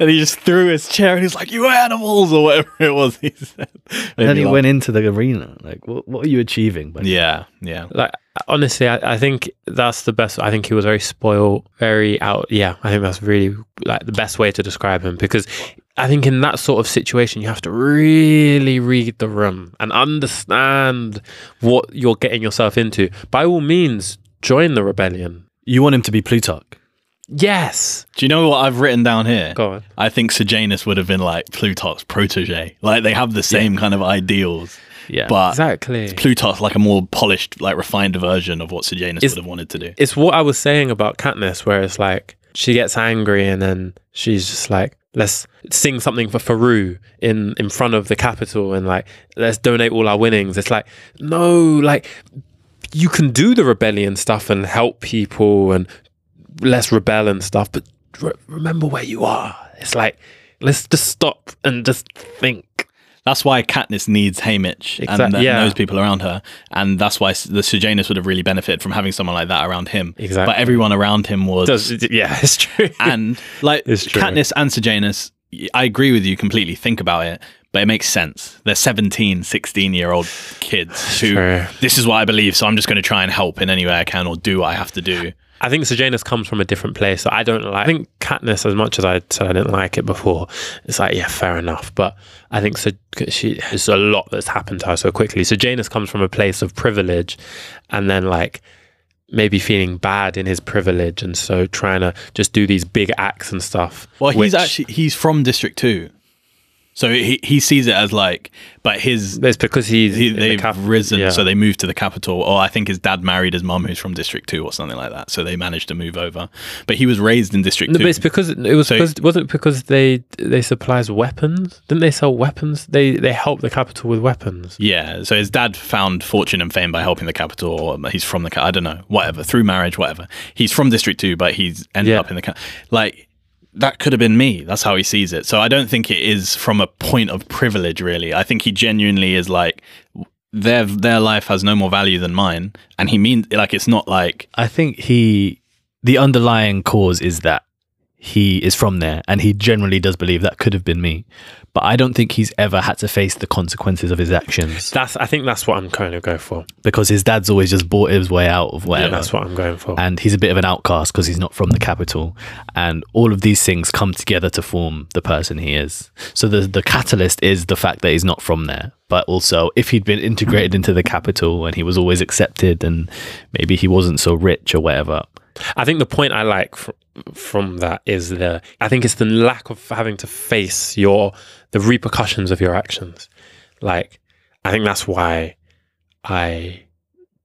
S1: and he just threw his chair and he's like, "You animals!" or whatever it was he said. Made
S3: And then
S1: me
S3: he
S1: laugh.
S3: went into the arena. Like, what, what are you achieving? But
S1: Yeah, yeah.
S2: Like honestly, I, I think that's the best. I think he was very spoiled, very out. Yeah, I think that's really like the best way to describe him because I think in that sort of situation you have to really read the room and understand what you're getting yourself into. By all means, join the rebellion.
S3: you want him to be Plutarch.
S2: Yes,
S1: Do you know what I've written down here?
S2: go on.
S1: I think Sejanus would have been like Plutarch's protege. Like they have the same kind of ideals,
S3: Yeah.
S1: but
S2: Exactly.
S1: Plutarch's like a more polished, like refined version of what Sejanus
S2: Is-
S1: would have wanted to do.
S2: It's what I was saying about Katniss, where it's like she gets angry and then she's just like, let's sing something for Faru in in front of the capital and like let's donate all our winnings. It's like no, like you can do the rebellion stuff and help people and let's rebel and stuff, but re- remember where you are. It's like let's just stop and just think.
S1: That's why Katniss needs Haymitch
S2: Exact-
S1: and that,
S2: yeah.
S1: those people around her, and that's why s- the Sejanus would have really benefited from having someone like that around him.
S2: Exactly.
S1: But everyone around him was
S2: Does yeah, it's true.
S1: and like
S3: It's true.
S1: Katniss and Sejanus, y- I agree with you completely. Think about it, but it makes sense. They're 17, 16 year old kids who
S2: True.
S1: this is what I believe, so I'm just going to try and help in any way I can or do what I have to do.
S2: I think Sejanus comes from a different place. that I don't like. I think Katniss, as much as I said I didn't like it before, it's like yeah, fair enough. But I think so. She there's a lot that's happened to her so quickly. Sejanus comes from a place of privilege, and then like maybe feeling bad in his privilege, and so trying to just do these big acts and stuff.
S1: Well, he's
S2: which-
S1: actually he's from District Two, so he he sees it as like, but his.
S2: it's because he's
S1: He,
S2: in the
S1: they've
S2: cap-
S1: risen,
S2: yeah.
S1: so they moved to the capital. Or I think his dad married his mum, who's from District Two, or something like that. So they managed to move over. But he was raised in District
S2: No,
S1: Two.
S2: but it's because it was
S1: So-
S2: because wasn't it because they they supplies weapons. Didn't they sell weapons? They they helped the capital with weapons.
S1: Yeah, so his dad found fortune and fame by helping the capital, or he's from the ca- I don't know, whatever, through marriage, whatever. He's from District Two, but he's ended
S2: Yeah.
S1: up in the ca- like that could have been me. That's how he sees it. So I don't think it is from a point of privilege, really. I think he genuinely is like their their life has no more value than mine, and he means like it's not like
S3: I think he, the underlying cause is that he is from there and he generally does believe that could have been me. But I don't think he's ever had to face the consequences of his actions
S2: That's I think that's what I'm going to go for.
S3: because his dad's always just bought his way out of whatever.
S2: And that's what I'm going for.
S3: and he's a bit of an outcast because he's not from the capital and all of these things come together to form the person he is so the the catalyst is the fact that he's not from there but also if he'd been integrated into the capital and he was always accepted and maybe he wasn't so rich or whatever
S2: I think the point I like fr- from that is the I think it's the lack of having to face your the repercussions of your actions. Like I think that's why I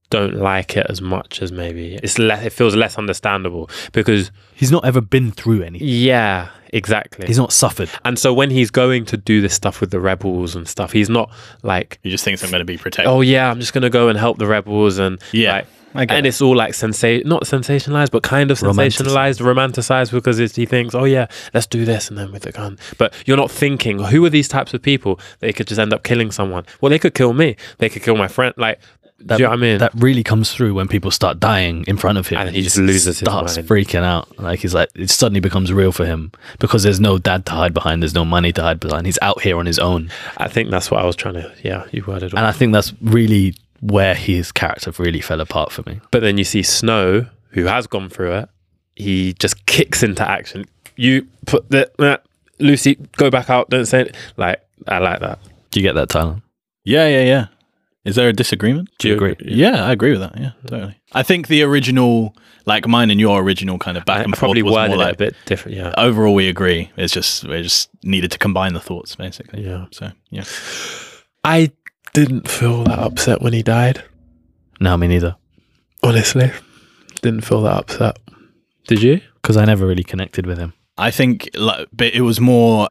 S2: don't like it as much as maybe it's less it feels less understandable because
S3: he's not ever been through anything
S2: yeah, exactly.
S3: he's not suffered
S2: and so when he's going to do this stuff with the rebels and stuff, he's not like
S1: he just thinks I'm going to be protected.
S2: oh yeah, I'm just gonna go and help the rebels and
S1: Yeah,
S2: like,
S1: I get
S2: and
S1: it.
S2: it's all like sensa not sensationalized, but kind of
S3: Romanticised.
S2: sensationalized, romanticized because it's, he thinks, oh yeah, let's do this and then with the gun. But you're not thinking who are these types of people? They could just end up killing someone. Well, they could kill me. They could kill my friend. Like, do you know what I mean?
S3: that really comes through when people start dying in front of him
S2: And he just loses his
S3: starts
S2: mind.
S3: freaking out like he's like it suddenly becomes real for him because there's no dad to hide behind there's no money to hide behind he's out here on his own
S2: I think that's what I was trying to. Yeah, you worded.
S3: And
S2: well.
S3: I think that's really where his character really fell apart for me.
S2: but then you see Snow, who has gone through it. He just kicks into action. You put the uh, Lucy go back out. Don't say it. Like I like that.
S3: Do you get that, Tyler?
S1: yeah, yeah, yeah. Is there a disagreement?
S2: Do you
S3: agree?
S1: Yeah, I agree with that. Yeah, totally. I think the original, like mine and your original kind of back
S2: I,
S1: and
S2: I probably
S1: forth was
S2: worded
S1: more
S2: it a
S1: like
S2: bit different. Yeah.
S1: overall we agree. It's just we just needed to combine the thoughts basically.
S2: Yeah.
S1: So yeah,
S2: I didn't feel that upset when he died.
S3: No, me neither.
S2: Honestly, didn't feel that upset. Did you?
S3: Because I never really connected with him.
S1: I think like, but it was more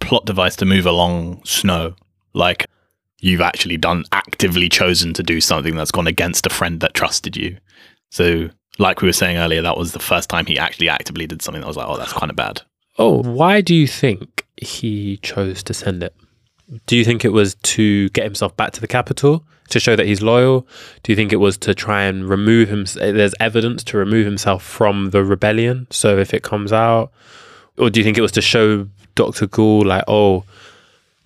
S1: plot device to move along Snow. Like you've actually done actively chosen to do something that's gone against a friend that trusted you. So like we were saying earlier, that was the first time he actually actively did something that was like, oh, that's kind of bad.
S2: Oh, why do you think he chose to send it? Do you think it was to get himself back to the capital to show that he's loyal? Do you think it was to try and remove him? There's evidence to remove himself from the rebellion. So if it comes out, or do you think it was to show Doctor Ghoul like, oh,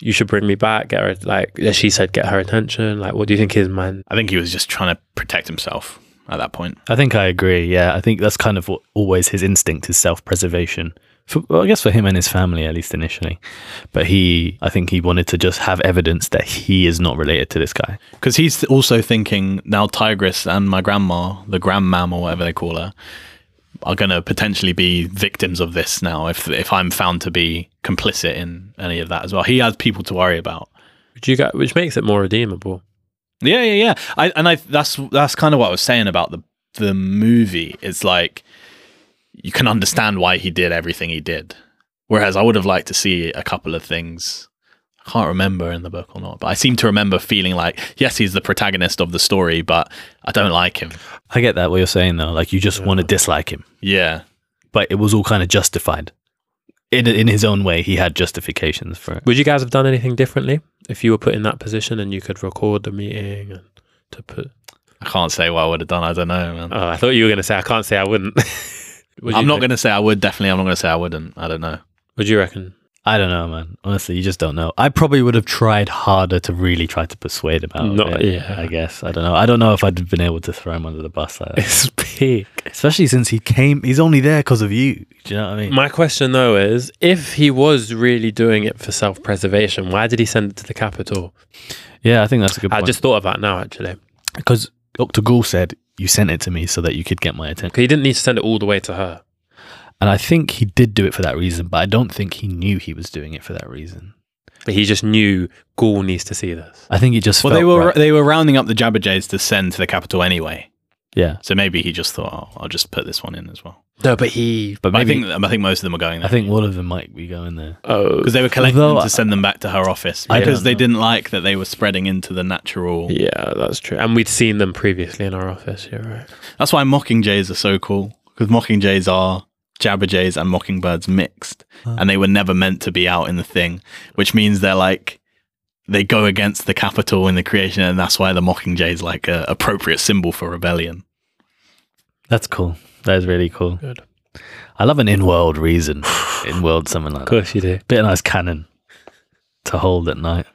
S2: you should bring me back, get her like as she said, get her attention. Like, what do you think his man?
S1: I think he was just trying to protect himself at that point.
S3: I think I agree. Yeah, I think that's kind of what always his instinct is self-preservation. For, well, I guess for him and his family, at least initially. But he, I think he wanted to just have evidence that he is not related to this guy.
S1: Because he's also thinking now Tigress and my grandma, the grandmam or whatever they call her, are going to potentially be victims of this now if if I'm found to be complicit in any of that as well. He has people to worry about.
S2: Which you got, which makes it more redeemable.
S1: Yeah, yeah, yeah. I and I that's that's kind of what I was saying about the the movie. It's like you can understand why he did everything he did. Whereas I would have liked to see a couple of things. I can't remember in the book or not, but I seem to remember feeling like, yes, he's the protagonist of the story, but I don't like him.
S3: I get that what you're saying though. Like you just want to dislike him,
S1: Yeah.
S3: but it was all kind of justified. In in his own way, he had justifications for it.
S2: Would you guys have done anything differently if you were put in that position and you could record the meeting and to put?
S1: I can't say what I would have done. I don't know, man.
S2: Oh, I thought you were going to say I can't say I wouldn't.
S1: I'm not going to say I would, definitely. I'm not going to say I wouldn't. I don't know.
S2: Would you reckon?
S3: I don't know, man. Honestly, you just don't know. I probably would have tried harder to really try to persuade him out. of
S2: Not-
S3: it,
S2: yeah.
S3: I guess I don't know. I don't know if I'd have been able to throw him under the bus like that.
S2: It's big.
S3: Especially since he came, he's only there because of you. Do you know what I mean?
S2: My question though is, if he was really doing it for self-preservation, why did he send it to the capital?
S3: yeah, I think that's a good
S2: I
S3: point.
S2: just thought of that now actually.
S3: because Doctor Ghoul said you sent it to me so that you could get my attention,
S2: 'Cause He didn't need to send it all the way to her.
S3: and I think he did do it for that reason. But I don't think he knew he was doing it for that reason.
S2: But he just knew Gaul needs to see this.
S3: I think he just
S1: Well,
S3: felt
S1: they were
S3: right.
S1: they were rounding up the Jabba Jays to send to the capital anyway.
S3: yeah.
S1: So maybe he just thought, oh, I'll just put this one in as well.
S2: No, but he.
S3: But
S1: I
S3: maybe I
S1: think
S3: think,
S1: I think most of them are going there
S3: one of them might be going there.
S2: Oh,
S1: because they were collecting
S3: Although
S1: them
S3: I-
S1: to send them back to her office
S3: I
S1: because
S3: don't
S1: they
S3: know.
S1: didn't like that they were spreading into the natural.
S2: yeah, that's true. And we'd seen them previously in our office. You're right.
S1: That's why mocking jays are so cool because mocking jays are Jabba Jays and mockingbirds mixed, and they were never meant to be out in the thing, which means they're like they go against the capital in the creation, and that's why the mocking jay is like a appropriate symbol for rebellion.
S3: That's cool. That is really cool.
S2: Good.
S3: I love an in-world reason, in-world something like
S2: Of
S3: that.
S2: course you do.
S3: Bit of nice cannon to hold at night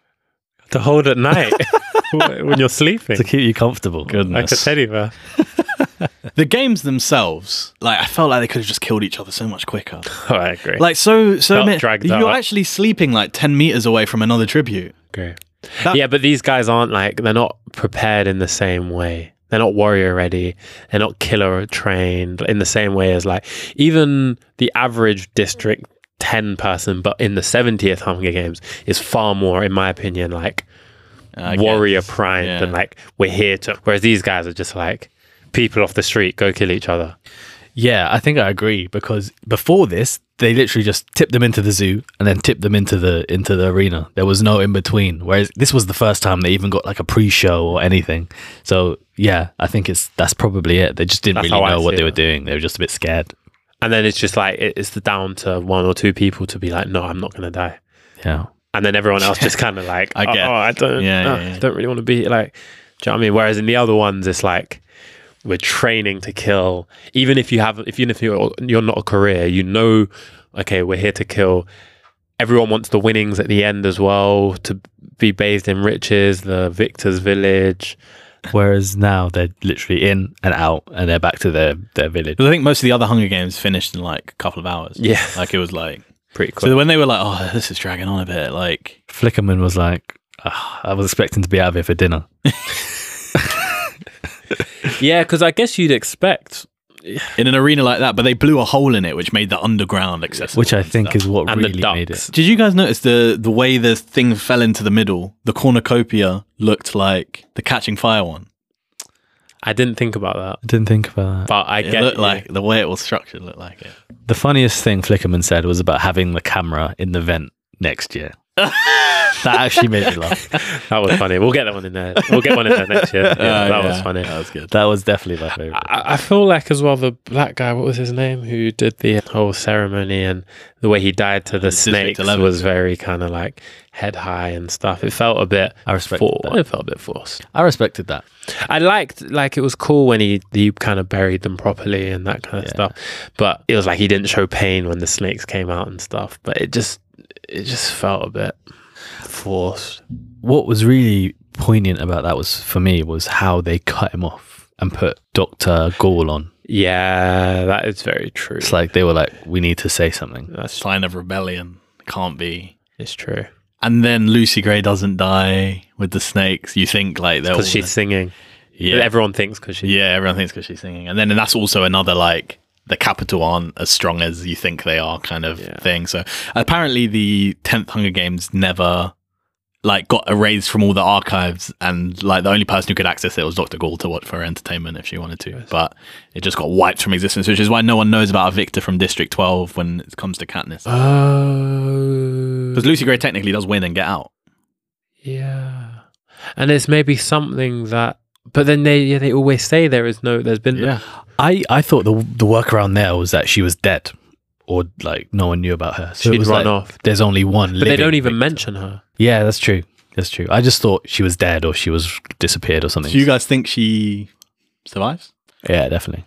S2: To hold at night when you're sleeping.
S3: to keep you comfortable.
S2: Like a
S1: Goodness.
S2: teddy bear.
S1: The games themselves, like I felt like they could have just killed each other so much quicker.
S2: Oh, I agree.
S1: Like so, so
S2: Felt
S1: many,
S2: dragged
S1: you're
S2: out.
S1: actually sleeping like ten meters away from another tribute.
S2: agree.
S1: That-
S2: yeah, but these guys aren't like they're not prepared in the same way. They're not warrior ready. They're not killer trained in the same way as like even the average district ten person, but in the seventieth Hunger Games is far more, in my opinion, like
S1: I guess.
S2: warrior primed
S1: Yeah.
S2: and like we're here to. Whereas these guys are just like people off the street go kill each other.
S3: Yeah, I think I agree because before this, they literally just tipped them into the zoo and then tipped them into the into the arena. There was no in between. Whereas this was the first time they even got like a pre-show or anything. So yeah, I think it's that's probably it. They just didn't
S2: That's
S3: really
S2: how I
S3: know what
S2: see
S3: they were
S2: it.
S3: doing. They were just a bit scared.
S2: And then it's just like it- it's the down to one or two people to be like, no, I'm not gonna die.
S3: Yeah.
S2: and then everyone else just kind of like,
S1: I
S2: oh,
S1: get-
S2: oh, I don't,
S1: yeah,
S2: uh,
S1: yeah, yeah.
S2: I don't really want to be like, do you know what I mean? Whereas in the other ones, it's like we're training to kill. Even if you have, if even if you're you're not a career, you know, okay, we're here to kill. Everyone wants the winnings at the end as well to be bathed in riches, the victor's village.
S3: Whereas now they're literally in and out and they're back to their their village.
S1: 'Cause I think most of the other Hunger Games finished in like a couple of hours.
S2: Yeah,
S1: Like it was like
S2: pretty cool.
S1: so when they were like, oh, this is dragging on a bit. Like
S3: Flickerman was like, "Ugh, I was expecting to be out of here for dinner.
S2: yeah, because I guess you'd expect,
S1: in an arena like that, but they blew a hole in it, which made the underground accessible.
S3: Which I
S1: and
S3: think
S1: stuff.
S3: is what
S2: and
S3: really
S2: the
S3: made it.
S2: ducks.
S1: Did you guys notice the the way the thing fell into the middle? The cornucopia looked like the Catching Fire one.
S2: I didn't think about that,
S3: I didn't think about that.
S2: but I
S1: It
S2: get
S1: looked
S2: you.
S1: like the way it was structured looked like it.
S3: The funniest thing Flickerman said was about having the camera in the vent next year. That actually made me laugh.
S2: That was funny. We'll get that one in there. We'll get one in there next year. Yeah,
S1: Uh,
S2: that
S1: yeah.
S2: was funny.
S1: That was good.
S3: That was definitely my favorite.
S2: I, I feel like as well the black guy, what was his name, who did the whole ceremony and the way he died to the
S1: District
S2: snakes
S1: 11.
S2: was very kind of like head high and stuff. It felt a bit.
S3: I respected
S2: for-
S3: that.
S2: It felt a bit forced.
S3: I respected that.
S2: I liked like it was cool when he he kind of buried them properly and that kind of
S3: Yeah.
S2: stuff. But it was like he didn't show pain when the snakes came out and stuff. But it just it just felt a bit forced.
S3: What was really poignant about that was for me was how they cut him off and put Doctor Gaul on.
S2: Yeah, that is very true.
S3: It's like they were like, we need to say something.
S2: That's
S1: Sign of rebellion. Can't be.
S2: it's true
S1: And then Lucy Gray doesn't die with the snakes. You think like they're all
S2: because she's singing.
S1: yeah,
S2: Everyone thinks because she.
S1: yeah. Everyone thinks because she's singing, and then and that's also another like the capital aren't as strong as you think they are kind of
S2: Yeah.
S1: thing. So apparently the tenth Hunger Games never like got erased from all the archives, and like the only person who could access it was Doctor Gall to watch for her entertainment if she wanted to, but it just got wiped from existence, which is why no one knows about Victor from District Twelve when it comes to Katniss.
S2: Uh, Oh.
S1: Because Lucy Gray technically does win and get out.
S2: Yeah, and there's maybe something that, but then they yeah they always say there is no there's been
S3: I, I thought the the workaround there was that she was dead, or like no one knew about her. So it
S2: She'd
S3: was
S2: run
S3: like,
S2: off.
S3: There's only one.
S2: but they don't even mention her.
S3: Yeah, that's true. That's true. I just thought she was dead or she was disappeared or something.
S1: So you guys think she survives?
S3: yeah, definitely.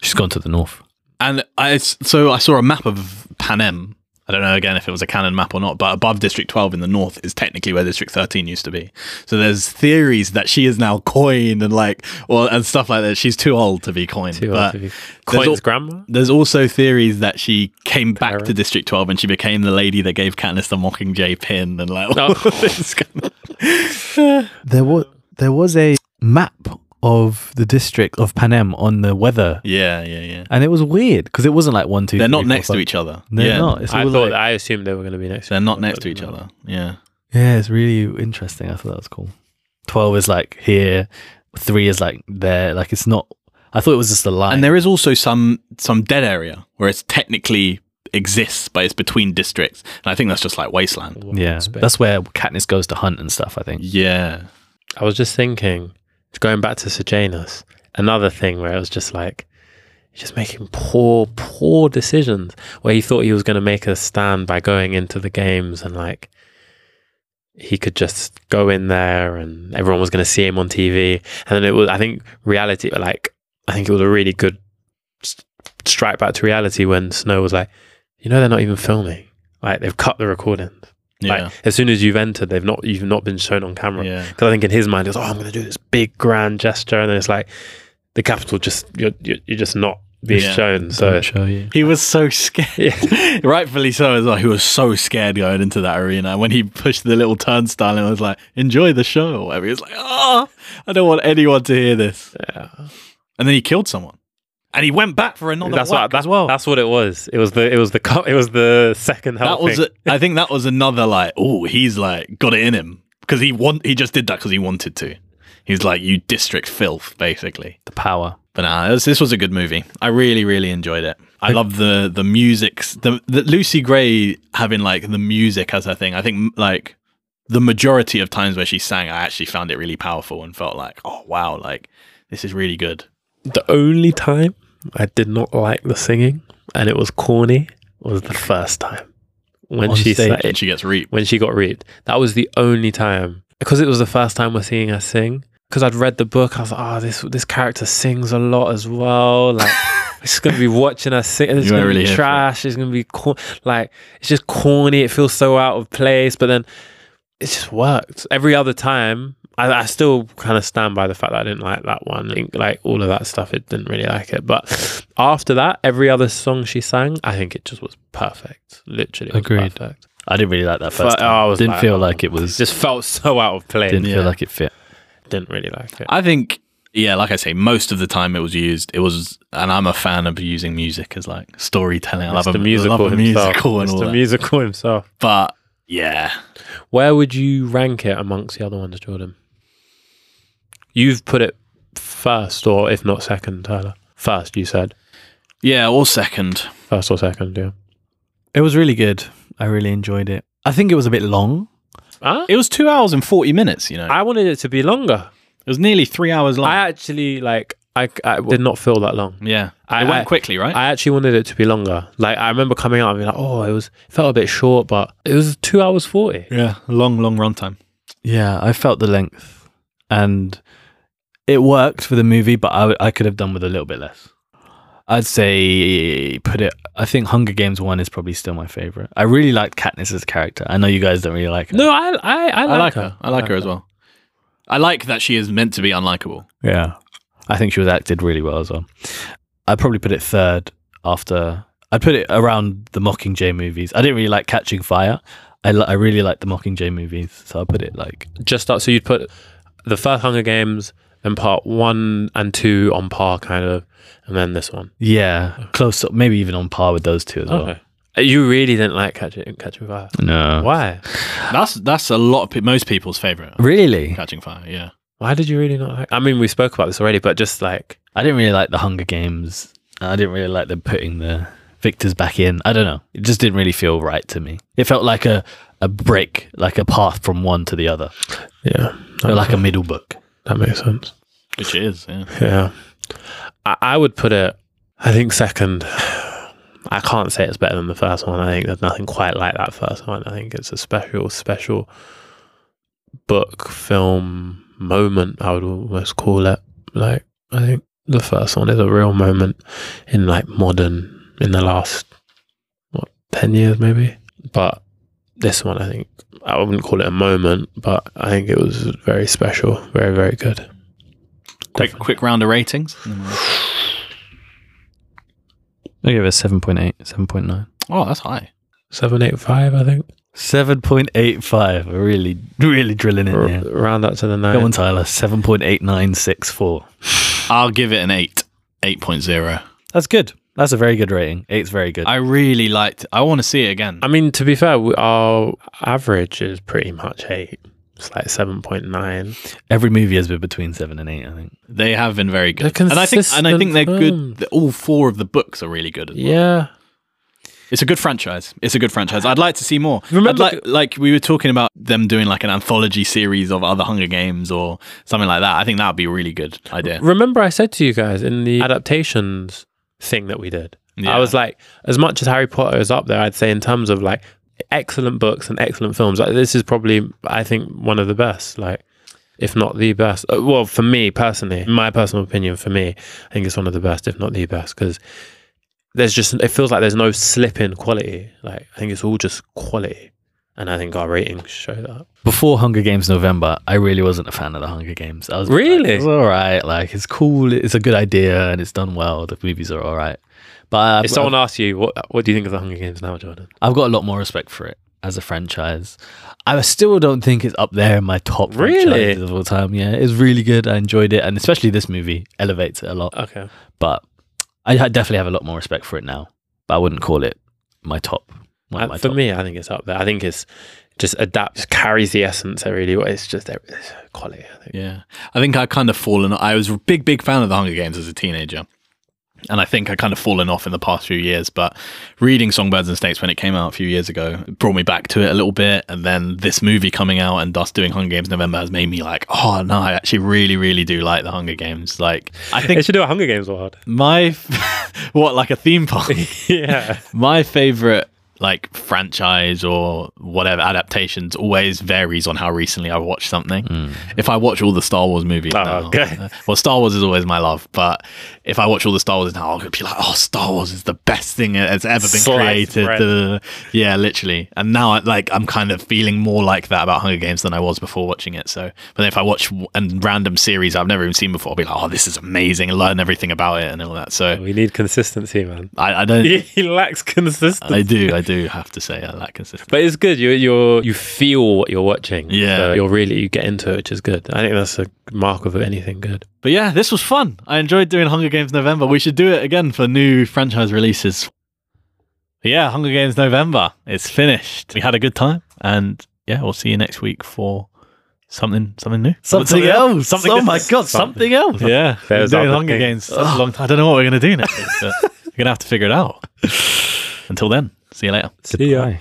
S3: She's gone to the north.
S1: And I s- so I saw a map of Panem. I don't know again if it was a canon map or not, but above District 12 in the north is technically where District 13 used to be. So there's theories that she is now coined and like or and stuff like that. She's too old to be coined.
S2: Too
S1: but
S2: old to be-
S1: there's,
S2: Coin's
S1: al-
S2: grandma.
S1: there's also theories that she came back to
S2: Parent.
S1: District 12 and she became the lady that gave Katniss the Mockingjay pin and like all
S2: Oh.
S1: this kind of-
S3: There was there was a map of the district of Panem on the weather,
S1: Yeah, yeah, yeah.
S3: and it was weird because it wasn't like one two.
S1: They're not next to each other.
S3: They're
S1: yeah.
S3: not. It's
S2: I
S3: all
S2: thought
S3: like-
S2: I assumed they were going to be next.
S1: They're not next to each other. Yeah.
S3: Yeah, it's really interesting. I thought that was cool. Twelve is like here, three is like there. Like it's not. I thought it was just a line.
S1: And there is also some some dead area where it's technically exists, but it's between districts. And I think that's just like wasteland.
S3: yeah,
S2: Space.
S3: that's where Katniss goes to hunt and stuff. I think.
S1: Yeah.
S2: I was just thinking, going back to Sejanus, another thing where it was just like, he's just making poor, poor decisions where he thought he was going to make a stand by going into the games and like, he could just go in there and everyone was going to see him on TV. And then it was, I think, reality, like, I think it was a really good s- strike back to reality when Snow was like, you know, they're not even filming. Like, they've cut the recordings.
S1: Yeah.
S2: Like, as soon as you've entered, they've not, you've not been shown on camera.
S1: yeah.
S2: Because I think in his mind, it's oh, I'm going to do this big grand gesture, and then it's like the capital just you're you're, you're just not being
S1: Yeah.
S2: shown. So
S3: show you.
S1: He was so scared. Rightfully so as well. He was so scared going into that arena. When he pushed the little turnstile and was like, enjoy the show or whatever. He was like, ah, I don't want anyone to hear this.
S2: yeah.
S1: And then he killed someone. And he went back for another
S2: that's
S1: whack
S2: what that's
S1: as well.
S2: that's what it was. It was the it was the co- it was the second
S1: that
S2: helping.
S1: was a, I think that was another like oh he's like got it in him because he want he just did that because he wanted to he's like you district filth basically
S3: The power.
S1: but nah, this, this was a good movie I really really enjoyed it I love the the music's the, the Lucy Gray having like the music as her thing I think like the majority of times where she sang I actually found it really powerful and felt like oh wow like this is really good
S2: the only time I did not like the singing, and it was corny. Was the first time when
S3: On
S2: she
S3: stage.
S2: said
S1: and she gets reaped
S2: when she got raped. That was the only time because it was the first time we're seeing her sing. Because I'd read the book, I was like, "Oh, this this character sings a lot as well. Like, it's gonna be watching her sing. It's
S1: You weren't
S2: gonna
S1: really
S2: be
S1: here for it.
S2: trash. It's gonna be cor- like it's just corny. It feels so out of place. But then it just worked. Every other time, I, I still kind of stand by the fact that I didn't like that one. Like, like all of that stuff, it didn't really like it. But after that, every other song she sang, I think it just was perfect. Literally, it was
S3: Agreed.
S2: perfect.
S3: I didn't really like that
S2: Fu-
S3: first.
S2: oh, I
S3: Time.
S2: was
S3: didn't
S2: like-
S3: feel like it was.
S2: just felt so out of place.
S3: didn't
S1: yeah.
S2: Didn't,
S3: feel like it fit.
S2: really like it.
S1: I think, yeah, like I say, most of the time it was used. It was, and I'm a fan of using music as like storytelling. I love a, love a musical and all that.
S2: musical himself.
S1: but yeah,
S2: Where would you rank it amongst the other ones, Jordan? You've put it first, or if not second, Tyler. First, you said
S1: yeah, or second.
S2: first or second, yeah.
S3: It was really good. I really enjoyed it. I think it was a bit long.
S2: Huh?
S1: It was two hours and 40 minutes, you know.
S2: I wanted it to be longer.
S1: it was nearly three hours long.
S2: I actually like. I, I did not feel that long.
S1: yeah.
S2: I-
S1: it went
S2: I-
S1: quickly, right?
S2: I actually wanted it to be longer. Like I remember coming out and being like, "Oh, it was felt a bit short, but it was two hours forty.
S1: yeah. Long, long runtime.
S3: Yeah, I felt the length, and it worked for the movie, but I, w- I could have done with a little bit less. I'd say put it. I think Hunger Games one is probably still my favorite. I really liked Katniss's character. I know you guys don't really like her.
S2: No, I I, I,
S1: I like her. I like her as well. I like that she is meant to be unlikable.
S3: Yeah, I think she was acted really well as well. I'd probably put it third after. I'd put it around the Mockingjay movies. I didn't really like Catching Fire. I, li- I really liked the Mockingjay movies, so I put it like
S2: Just up, so you'd put the first Hunger Games and part one and two on par, kind of, and then this one.
S3: yeah, close up, maybe even on par with those two as well.
S2: Okay. You really didn't like Catching Catching Fire.
S3: No,
S2: Why?
S1: That's that's a lot of pe- most people's favorite.
S3: really,
S1: Catching Fire, yeah.
S2: Why did you really not like? I mean, we spoke about this already, but just like
S3: I didn't really like the Hunger Games. I didn't really like them putting the victors back in. I don't know. It just didn't really feel right to me. It felt like a, a break, like a path from one to the other,
S2: yeah,
S3: or like a middle book.
S2: that makes sense.
S1: Which it is, yeah.
S2: Yeah, I, I would put it. I think second. I can't say it's better than the first one. I think there's nothing quite like that first one. I think it's a special, special book film moment. I would almost call it. Like I think the first one is a real moment in like modern in the last what ten years maybe. But this one, I think I wouldn't call it a moment, but I think it was very special, very very good.
S1: Quick, quick round of ratings.
S3: I give it a 7.8, 7.9.
S1: Oh, that's high.
S2: seven eight five, I think.
S3: 7.85. We're Really, really drilling in
S2: Or
S3: here.
S2: round that to the nine.
S3: Go on, Tyler. 7.8964.
S1: I'll give it an 8, 8.0.
S3: That's good. That's a very good rating. Eight's very good.
S1: I really liked I want to see it again.
S2: I mean, to be fair, we, our average is pretty much eight. It's like seven point nine.
S3: Every movie has been between seven and eight, I think.
S1: They have been very good.
S2: They're
S1: And I think and I think they're
S2: consistent
S1: good. th- All four of the books are really good. as well.
S2: Yeah,
S1: It's a good franchise. It's a good franchise. I'd like to see more. I'd
S2: Remember-
S1: like like we were talking about them doing like an anthology series of other Hunger Games or something like that. I think that would be a really good idea.
S2: Remember, I said to you guys in the adaptations thing that we did,
S1: Yeah.
S2: I was like, as much as Harry Potter is up there, I'd say in terms of like excellent books and excellent films, like, this is probably, I think, one of the best, like, if not the best. Uh, Well, for me personally, my personal opinion, for me, I think it's one of the best, if not the best, because there's just, it feels like there's no slip in quality. Like, I think it's all just quality. And I think our ratings show that.
S3: before Hunger Games November, I really wasn't a fan of the Hunger Games. I was
S2: Really?
S3: like, it's all right. Like it's cool. It's a good idea, and it's done well. The movies are all right, but I've,
S2: If someone asks you, what, what do you think of the Hunger Games now, Jordan?
S3: I've got a lot more respect for it as a franchise. I still don't think it's up there in my top
S2: Really?
S3: franchises of all time. Yeah, it's really good. I enjoyed it, and especially this movie elevates it a lot.
S2: Okay.
S3: But I ha- definitely have a lot more respect for it now. But I wouldn't call it my top. one
S2: Uh,
S3: of my
S2: for
S3: top.
S2: me, I think it's up there. I think it's just adapts, carries the essence. I really, it's just it's quality. I think.
S1: Yeah. I think I kind of fallen I was a big big fan of the Hunger Games as a teenager. And I think I kind of fallen off in the past few years, but reading Songbirds and Snakes when it came out a few years ago it brought me back to it a little bit. And then this movie coming out and us doing Hunger Games November has made me like, oh no, I actually really, really do like the Hunger Games. Like, I
S2: They
S1: think
S2: should do a Hunger Games world.
S1: my, what, like a theme park?
S2: yeah,
S1: my favorite like franchise or whatever adaptations always varies on how recently I watch something. If I watch all the Star Wars movies,
S2: Oh,
S1: now,
S2: Hmm.
S1: uh,
S2: okay.
S1: well, Star Wars is always my love, but if I watch all the Star Wars now, I'll be like, oh, Star Wars is the best thing that's ever been
S2: Slice
S1: created.
S2: bread.
S1: Da, da, da. Yeah, literally. And now, I, like, I'm kind of feeling more like that about Hunger Games than I was before watching it. So, but if I watch w- a random series I've never even seen before, I'll be like, oh, this is amazing, and learn everything about it and all that. So,
S2: we need consistency, man.
S1: I, I don't.
S2: he lacks consistency,
S1: I do, I do have to say I like consistency.
S2: but it's good. You you you feel what you're watching.
S1: Yeah.
S2: so you're really you get into it, which is good. I think that's a mark of anything good.
S1: But yeah, this was fun. I enjoyed doing Hunger Games November. We should do it again for new franchise releases. But yeah, Hunger Games November. It's finished. We had a good time, and yeah, we'll see you next week for something something new,
S3: Something else.
S1: something.
S3: oh my god,
S1: something
S3: something else.
S1: Yeah, we're
S2: There's
S1: doing
S2: other
S1: Hunger Games
S2: things.
S1: for such a long time. I don't know what we're gonna do next. week, but we're gonna have to figure it out. Until then, see you later.
S2: See ya.
S3: Goodbye.